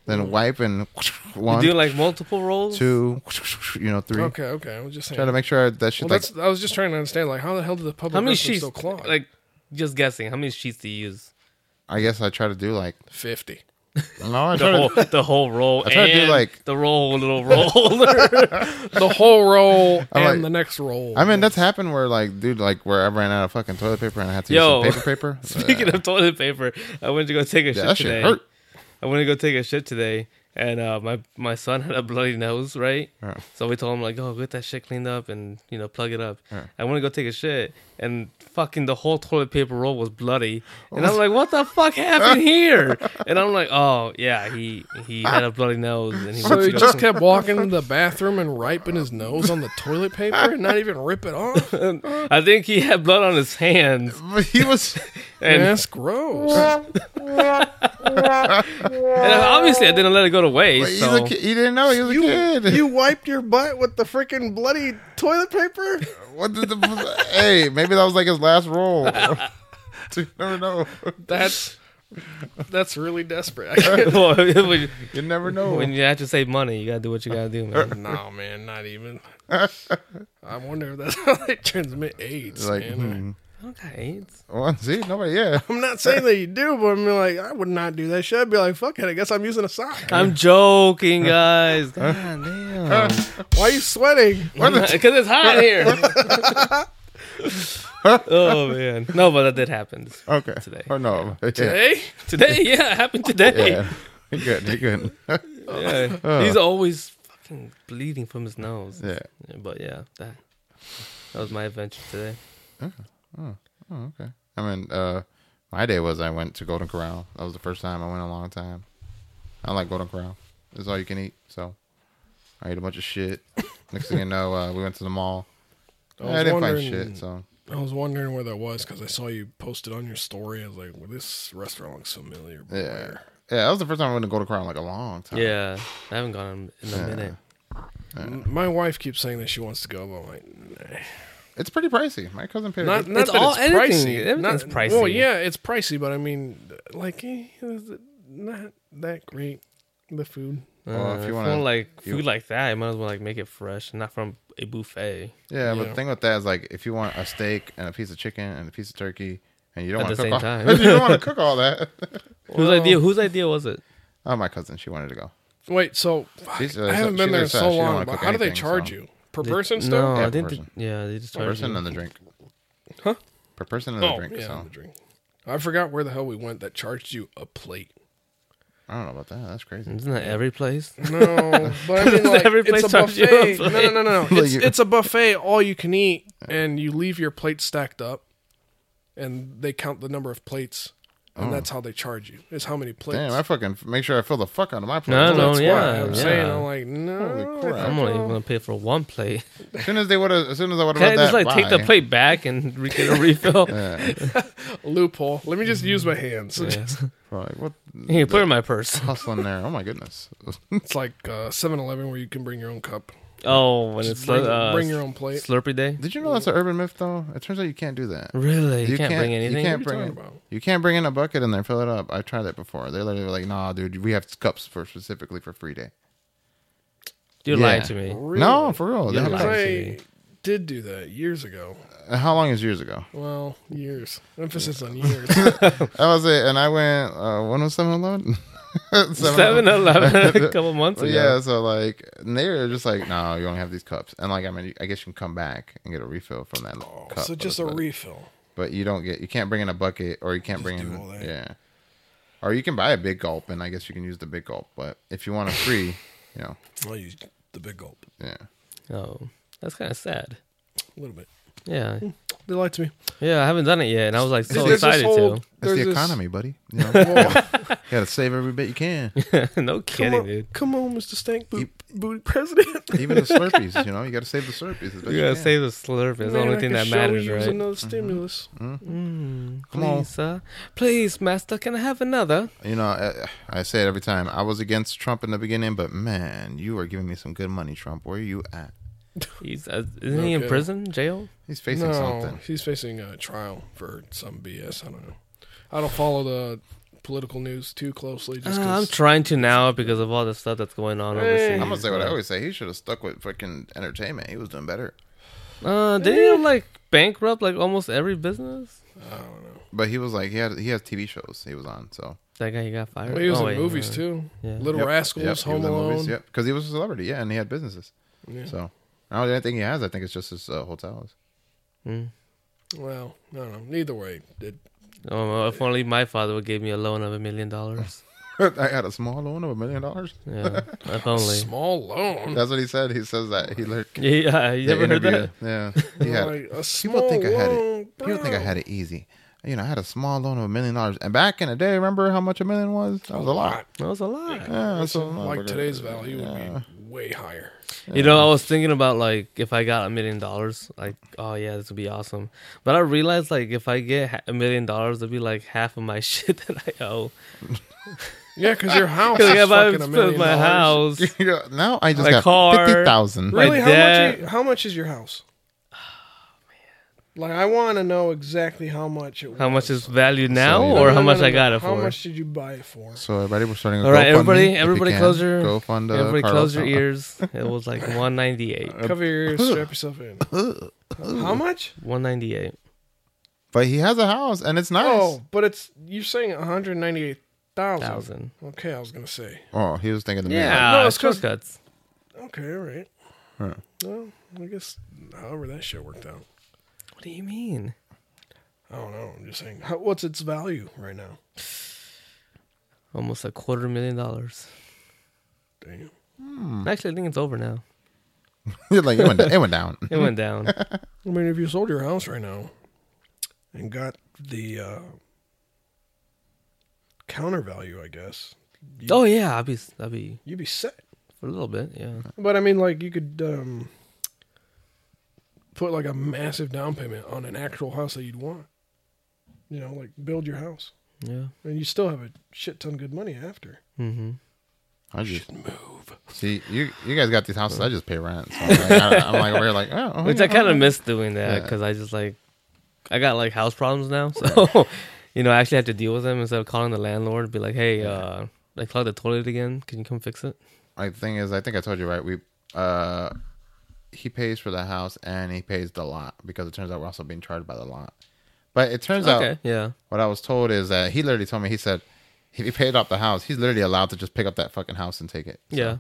S1: then wipe and
S2: You
S1: one,
S2: do like multiple rolls.
S1: two, you know, three.
S3: Okay. Okay. I was just saying.
S1: Try to make sure that shit
S3: well,
S1: like
S3: that's. I was just trying to understand. Like, how the hell did the public
S2: How many
S3: restrooms
S2: sheets?
S3: still clog?
S2: Like just guessing. How many sheets do you use?
S1: I guess I try to do like
S3: fifty.
S1: no, I
S2: The
S1: try
S2: whole
S1: to,
S2: the whole roll.
S1: I try to do,
S2: and
S1: like-
S2: the roll little roller.
S3: The whole roll and
S1: like-
S3: the next roll.
S1: I mean that's happened where like dude like where I ran out of fucking toilet paper and I had to
S2: Yo.
S1: use some paper paper.
S2: Speaking of toilet paper, I went to go take a
S1: yeah,
S2: shit
S1: that shit
S2: today.
S1: hurt.
S2: I went to go take a shit today, And uh, my my son had a bloody nose, right?
S1: Yeah.
S2: So we told him like, "Oh, get that shit cleaned up and you know plug it up." I want to go take a shit, and fucking the whole toilet paper roll was bloody, and I'm like, "What the fuck happened here?" And I'm like, "Oh yeah, he he had a bloody nose, and he
S3: So
S2: went to
S3: he
S2: go
S3: just kept walking to the bathroom and wiping his nose on the toilet paper and not even rip it off.
S2: I think he had blood on his hands,
S1: But he was
S2: and
S3: That's gross.
S2: And obviously, I didn't let it go to waste.
S1: he's
S2: So
S1: a kid. he didn't know he was a kid.
S4: You wiped your butt with the freaking bloody toilet paper?
S1: What did the, hey, maybe that was like his last role. you never know.
S3: That's that's really desperate. I can't-
S2: Well, when,
S1: You never know.
S2: when you have to save money, you gotta do what you gotta do, man.
S3: no, man, not even. I wonder if that's how they transmit AIDS.
S1: like,
S3: man.
S1: hmm.
S2: I don't got AIDS.
S1: Well, see, nobody, yeah.
S4: I'm not saying that you do, but I'm like, I would not do that shit. I'd be like, fuck it, I guess I'm using a sock.
S2: I'm joking, guys. God damn.
S4: Why are you sweating?
S2: Because it's hot here. oh man, no, but that did happen this-
S1: Okay.
S2: Today.
S1: Or no. Yeah.
S3: Hey,
S2: today. Yeah, it happened today.
S1: Yeah. You're good. You're good.
S2: Yeah.
S1: Oh.
S2: he's always fucking bleeding from his nose.
S1: Yeah.
S2: but yeah, that that was my adventure today.
S1: Oh, okay. I mean, uh, my day was I went to Golden Corral. That was the first time I went in a long time. I like Golden Corral. It's all you can eat. So I ate a bunch of shit. Next thing you know, uh, we went to the mall.
S3: I
S1: I,
S3: was
S1: didn't find
S3: wondering-
S1: shit. So
S3: I was wondering where that was because I saw you posted on your story. I was like, well, this restaurant looks familiar. but
S1: yeah,
S3: where?
S1: yeah. That was the first time I went to Golden Corral in like a long time.
S2: Yeah, I haven't gone in a minute.
S3: My wife keeps saying that she wants to go, but I'm like,
S1: it's pretty pricey. My cousin paid. a
S3: not,
S1: good-
S3: not
S2: It's
S3: that
S2: all-
S3: it's
S2: anything-
S3: pricey.
S2: everything's
S3: not,
S2: pricey.
S3: Well, yeah, it's pricey, but I mean, like, eh, is it not that great. The food.
S1: Well, if
S2: Uh,
S1: you
S2: if you
S1: wanna-
S2: want like
S1: you-
S2: food like that, you might as well like make it fresh, not from a buffet.
S1: yeah, but
S3: yeah.
S1: the thing with that is like, if you want a steak and a piece of chicken and a piece of turkey, and you don't
S2: At
S1: want
S2: the
S1: to
S2: same
S1: cook all,
S2: time.
S1: you don't want to cook all that.
S2: whose idea? Whose idea was it?
S1: oh, my cousin, she wanted to go.
S3: Wait, so fuck,
S1: She's, uh,
S3: I haven't
S1: she
S3: been there in
S1: lives, uh, she
S3: so
S1: don't
S3: long.
S1: wanna
S3: But
S1: cook
S3: how do they
S1: anything,
S3: charge
S1: so-
S3: you per person?
S2: No,
S3: Still?
S1: Yeah,
S2: I think.
S1: per
S2: they-
S1: person.
S2: yeah, they just
S1: Per
S2: charged
S1: person
S2: you.
S1: and the drink.
S3: Huh?
S1: Per person and the
S3: Oh,
S1: drink.
S3: yeah,
S1: so
S3: the drink. I forgot where the hell we went that charged you a plate.
S1: I don't know about that. That's crazy.
S2: Isn't that every place?
S3: No, but I
S2: Does
S3: mean, like,
S2: every place
S3: it's a
S2: charge you a
S3: buffet. No,
S2: plate?
S3: no, no, no.
S1: Well,
S3: It's,
S1: you-
S3: it's a buffet, all you can eat, and you leave your plate stacked up, and they count the number of plates, and that's how they charge you. Is how many plates.
S1: Oh. Damn, I fucking make sure I fill the fuck out of my plate.
S2: No,
S1: That's
S2: no,
S1: why
S2: yeah,
S3: I'm
S1: I'm-
S3: saying
S2: yeah.
S3: I'm like, no,
S1: Holy crap.
S2: I'm only gonna pay for one plate.
S1: As soon as they would have, as soon as I would
S2: Can I
S1: have
S2: just
S1: that,
S2: like take the
S1: bye.
S2: plate back and re- get a refill?
S3: loophole. Let me just use my hands.
S2: Yeah.
S1: Like, what
S2: Here, put it in my purse.
S1: hustling there? Oh my goodness.
S3: It's like uh, 7-Eleven where you can bring your own cup.
S2: Oh, when
S3: Just
S2: it's
S3: bring,
S2: uh,
S3: bring your own plate.
S2: Slurpee day.
S1: Did you know that's an urban myth though? It turns out you can't do that.
S2: Really, you, can't, bring anything.
S1: You can't bring
S3: talking
S1: it-
S3: about?
S1: You can't bring in a bucket and then fill it up. I tried that before. They're literally like, "Nah, dude, we have cups for specifically for free day."
S2: You're
S1: Yeah.
S2: lying to me.
S3: Really?
S1: No, for real.
S2: You're
S1: They-
S3: 'Cause I
S2: Actually.
S3: did do that years ago.
S1: How long is years ago?
S3: Well, years. Emphasis on years.
S1: That was it. And I went. Uh, when was 7-Eleven? 7-Eleven.
S2: Seven Eleven a couple months ago.
S1: yeah, so like and they were just like, no, you only have these cups, and like I mean, I guess you can come back and get a refill from that cup.
S3: Oh, so
S1: but-
S3: just a
S1: but,
S3: refill.
S1: but you don't get, you can't bring in a bucket, or you can't bring
S4: do
S1: in,
S4: all that.
S1: yeah, or you can buy a big gulp, and I guess you can use the big gulp, but if you want a free, you know,
S4: I'll use the big gulp.
S1: yeah,
S2: Oh, that's kind of sad.
S3: A little bit.
S2: Yeah,
S3: They lied to me.
S2: yeah. I haven't done it yet, and I was like so
S3: There's this
S2: excited
S3: whole-
S2: to.
S1: that's
S3: there's
S1: the
S3: this-
S1: economy, buddy. You know, gotta save every bit you can,
S2: no
S3: Come
S2: kidding,
S3: on,
S2: dude.
S3: come on, Mr. Stank Boot, Booty President.
S1: even the Slurpees. You know, you gotta save the Slurpees. as best
S2: You
S1: You
S2: gotta
S1: can.
S2: save the slurp. It's the
S3: Man,
S2: only
S3: I
S2: thing
S3: could
S2: that
S3: show
S2: matters,
S3: you
S2: right? Mm.
S3: Another stimulus.
S1: Come on.
S2: Please, sir. Please, master, can I have another?
S1: You know, I, I say it every time. I was against Trump in the beginning, but man, you are giving me some good money, Trump. Where are you at?
S2: He's uh, isn't he in
S3: Okay.
S2: prison, jail?
S1: He's facing
S3: no,
S1: something.
S3: he's facing a trial for some BS. I don't know. I don't follow the political news too closely. Just
S2: Uh, I'm
S3: 'cause
S2: trying to now because of all the stuff that's going on overseas.
S1: I'm gonna say what I
S2: but-
S1: always say. He should have stuck with fucking entertainment. He was doing better,
S2: Uh, didn't he like bankrupt like almost every business?
S3: I don't know.
S1: but he was like he had he has TV shows he was on. So
S2: That guy, he got fired.
S3: Well, he was
S2: Oh, wait,
S3: in movies
S2: uh,
S3: too.
S2: yeah.
S3: Little
S1: Yep,
S3: Rascals,
S1: yep, he was
S3: Home
S1: in
S3: Alone.
S1: movies, Yep, because he was a celebrity. Yeah, and he had businesses.
S3: Yeah.
S1: So I don't think he has. I think it's just his uh, hotels.
S2: Mm.
S3: Well, I don't know. Either way, it,
S2: Oh, well, if only my father would give me a loan of a million dollars.
S1: I got a small loan of a million dollars.
S2: Yeah, if only.
S3: Small loan.
S1: That's what he said. He says that he learned.
S2: Yeah, you ever heard that?
S1: Yeah, he had.
S3: Like a
S1: people
S3: small
S1: think I had
S3: loan,
S1: it. People think I
S3: bro.
S1: had it easy. You know, I had a small loan of a million dollars, and back in the day, remember how much a million was? That was a lot.
S2: That was a lot.
S1: Yeah, that's a lot.
S3: Like today's value would be way higher.
S2: You know, I was thinking about like if I got a million dollars, like oh yeah, this would be awesome. But I realized like if I get ha- a million dollars, it'd be like half of my shit that I owe.
S3: Yeah, because your house
S2: 'Cause,
S3: is
S2: like, if I
S3: fucking a
S2: split
S3: million
S2: my
S3: dollars.
S2: house,
S1: You know, now I just
S2: My
S1: got
S2: car.
S1: fifty thousand.
S2: Right.
S4: Really?
S2: My
S4: How much,
S2: dad- Oh,
S4: are- how much is your house? Like I want to know exactly how much it was.
S2: how much is valued now,
S1: you-
S2: or
S4: No,
S2: how
S4: no,
S2: much
S4: no,
S2: I
S4: no.
S2: got it
S4: How
S2: for?
S4: much did you buy it for?
S1: So everybody, we're starting. A
S2: All right,
S1: GoFundMe,
S2: everybody-
S1: if you
S2: everybody
S1: can.
S2: close your-
S1: GoFund. uh,
S2: Everybody
S1: Carlos
S2: close your
S1: out.
S2: ears. It was like one ninety eight,
S3: Cover your ears, strap yourself in.
S4: How much?
S2: one ninety eight.
S1: But he has a house, and it's nice.
S3: Oh,
S1: Oh,
S3: but it's you're saying 198,000.
S2: Thousand.
S3: Okay, I was gonna say.
S1: Oh, he was thinking the
S2: Yeah,
S3: No,
S2: no,
S3: it's
S2: it's
S3: 'cause-
S2: cuts.
S3: Okay, all right.
S1: Huh.
S3: Well, I guess however that shit worked out.
S2: What do you mean?
S3: I don't know. I'm just saying. How, what's its value right now?
S2: Almost a quarter million dollars.
S3: Damn.
S1: Hmm.
S2: Actually, I think it's over now.
S1: million. like it went, it went down.
S2: It went down.
S3: I mean, if you sold your house right now and got the uh, counter value, I guess
S2: oh yeah, I'll be, I'll be
S3: you'd be set.
S2: for a little bit. Yeah.
S3: But I mean, like you could um, put like a massive down payment on an actual house that you'd want. You know, like build your house,
S2: Yeah.
S3: and you still have a shit ton of good money after.
S2: Mm-hmm.
S1: I just
S3: Move.
S1: see you. You guys got these houses. I just pay rent. So I'm like, I, am like over here, like oh, oh,
S2: Which
S1: yeah,
S2: I kind of miss doing that
S1: Yeah.
S2: because I just like, I got like house problems now, so you know I actually have to deal with them instead of calling the landlord and be like, hey, uh, I clogged the toilet again. Can you come fix it?
S1: Like the thing is, I think I told you right. We uh, he pays for the house and he pays the lot because it turns out we're also being charged by the lot. But it turns out
S2: okay. Yeah.
S1: what I was told is that he literally told me he said if he paid off the house, he's literally allowed to just pick up that fucking house and take it. So
S2: Yeah.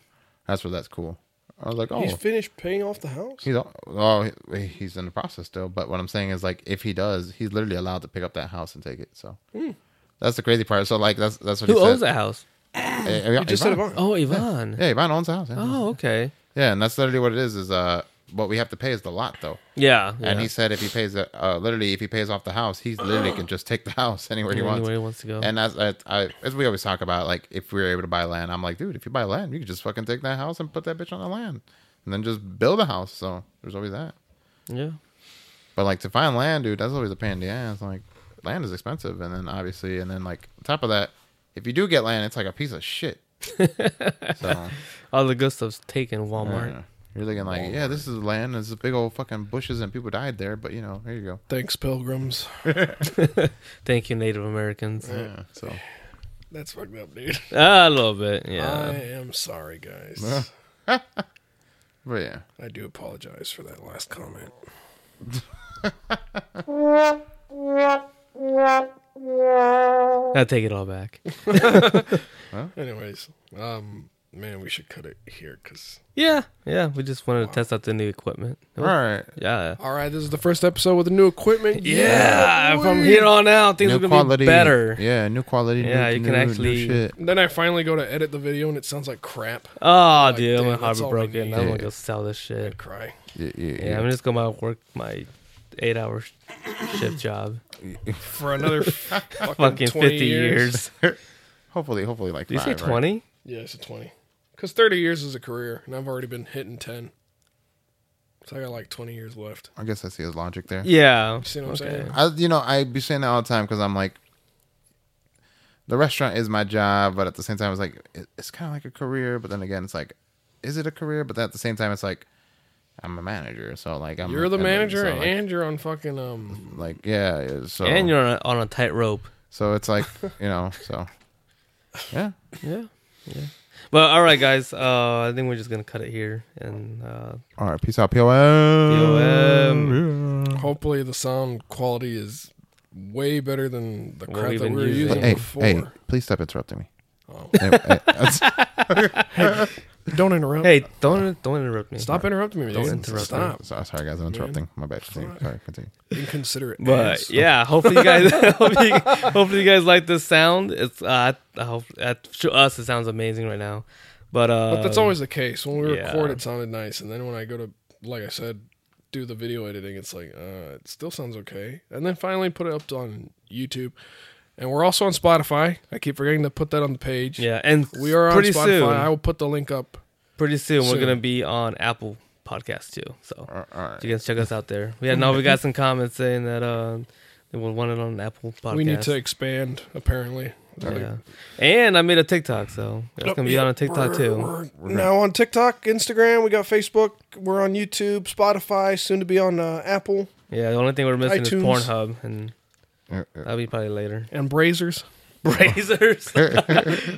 S1: that's where that's cool. I was like, oh,
S3: He's finished paying off the house.
S1: He's al- well, he- he's in the process still. But what I'm saying is, like, if he does, he's literally allowed to pick up that house and take it. So
S3: Hmm.
S1: that's the crazy part. So like, that's that's what
S2: Who
S1: he
S2: owns
S1: said.
S2: that house?
S1: Eh, eh,
S3: Just said
S1: Ivan.
S3: Yvonne.
S2: Oh, Yvonne.
S1: Yeah, Ivan owns the house. Yeah.
S2: Oh, okay.
S1: yeah, and that's literally what it is. Is uh, what we have to pay is the lot though.
S2: Yeah. yeah.
S1: And he said if he pays the, uh, literally if he pays off the house, he's literally can just take the house anywhere he
S2: Anywhere
S1: wants.
S2: he wants to go.
S1: And that's I, I, as we always talk about, like if we were able to buy land, I'm like, dude, if you buy land, you can just fucking take that house and put that bitch on the land, and then just build a house. So there's always that.
S2: yeah.
S1: But like to find land, dude, that's always a pain in the ass. Like land is expensive, and then obviously, and then like on top of that, if you do get land, it's like a piece of shit. so
S2: All the good stuff's taken Walmart.
S1: yeah. you're thinking like, yeah, this is land. It's big old fucking bushes, and people died there. But you know, there you go.
S3: Thanks, pilgrims.
S2: Thank you, Native Americans.
S1: Yeah. So
S3: That's fucked up, dude.
S2: Ah, a little bit.
S3: I
S2: Yeah.
S3: am sorry, guys.
S1: but yeah,
S3: I do apologize for that last comment.
S2: I take it all back.
S3: Anyways, um, man, we should cut it here because.
S2: Yeah. Yeah. We just wanted to test out the new equipment.
S1: all right.
S2: Yeah.
S3: All right, this is the first episode with the new equipment.
S2: Yeah, from here on out, things are
S1: New
S2: gonna
S1: quality,
S2: be better.
S1: Yeah, new quality.
S2: Yeah,
S1: new,
S2: you can
S1: new- new
S2: actually-
S1: shit.
S3: And then I finally go to edit the video and it sounds like crap.
S2: Oh,
S3: God
S2: dude,
S3: damn,
S2: my
S3: that's
S2: heart
S3: all we
S2: broken.
S3: need.
S2: I'm
S1: Yeah.
S2: gonna go sell this shit.
S3: I'd cry.
S1: Yeah, yeah,
S2: Yeah,
S1: yeah.
S2: I'm just gonna work my eight-hour shift job.
S3: For another fucking,
S2: Fucking
S3: 20
S2: fifty years.
S1: Hopefully, hopefully, like
S2: Did you say
S1: five, right?
S2: twenty?
S3: Yeah, it's a 20. Because 30 years is a career, and I've already been hitting 10. So I got like 20 years left.
S1: I guess I see his logic there.
S2: Yeah.
S3: see what I'm saying?
S1: I, you know, I be saying that all the time because I'm like, the restaurant is my job, but at the same time, it's like it, it's kind of like a career. But then again, it's like, is it a career? But then at the same time, it's like I'm a manager, so like I'm
S3: You're the
S1: and then-
S3: manager,
S1: so, like,
S3: and you're on fucking. um.
S1: like yeah, yeah, so
S2: And you're on a, on a tightrope.
S1: so it's like you know, so yeah,
S2: Yeah. Yeah. But all right, guys. Uh, I think we're just gonna cut it here. And uh,
S1: all right, peace out, POM.
S3: Hopefully, the sound quality is way better than the
S2: What
S3: crap
S2: we've
S3: that we
S2: been
S3: were
S2: using.
S3: using
S1: Hey,
S3: before.
S1: hey, please stop interrupting me.
S3: Oh.
S1: Hey, hey, that's-
S3: Don't interrupt.
S2: Hey, don't don't interrupt me.
S3: Stop interrupting me.
S2: Don't
S3: dude.
S2: interrupt me.
S3: Stop.
S1: So- sorry, guys, I'm interrupting. My bad. Continue. Sorry, continue.
S3: Inconsiderate.
S2: But
S3: ass.
S2: yeah, hopefully you guys, hopefully, you- hopefully you guys like this sound. It's uh, I hope uh, to us it sounds amazing right now. But uh,
S3: But that's always the case. When we
S2: yeah.
S3: record, it sounded nice, and then when I go to, like I said, do the video editing, it's like uh, it still sounds okay. And then finally put it up on YouTube, and we're also on Spotify. I keep forgetting to put that on the page.
S2: yeah, and
S3: we are on
S2: pretty
S3: Spotify.
S2: soon.
S3: I will put the link up.
S2: pretty soon,
S3: soon.
S2: we're gonna be on Apple Podcasts too. So
S1: All right.
S2: you guys check us out there. Yeah, no, we got some comments saying that uh, they would want it on Apple Podcast.
S3: We need to expand. Apparently,
S2: Yeah. And I made a TikTok, so it's gonna be on a TikTok
S4: We're-
S2: too.
S4: We're now on TikTok, Instagram, we got Facebook, we're on YouTube, Spotify, soon to be on uh, Apple.
S2: Yeah, the only thing we're missing is
S4: iTunes.
S2: Pornhub, and
S1: Uh, uh,
S2: that'll be probably later.
S3: and Brazers.
S2: Brazers.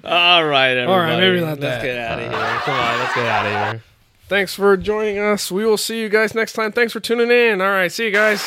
S2: All right, everybody.
S3: All right, maybe not
S2: Let's
S3: that.
S2: get out of here. Come on, let's get out of here.
S3: Thanks for joining us. We will see you guys next time. Thanks for tuning in. All right, see you guys.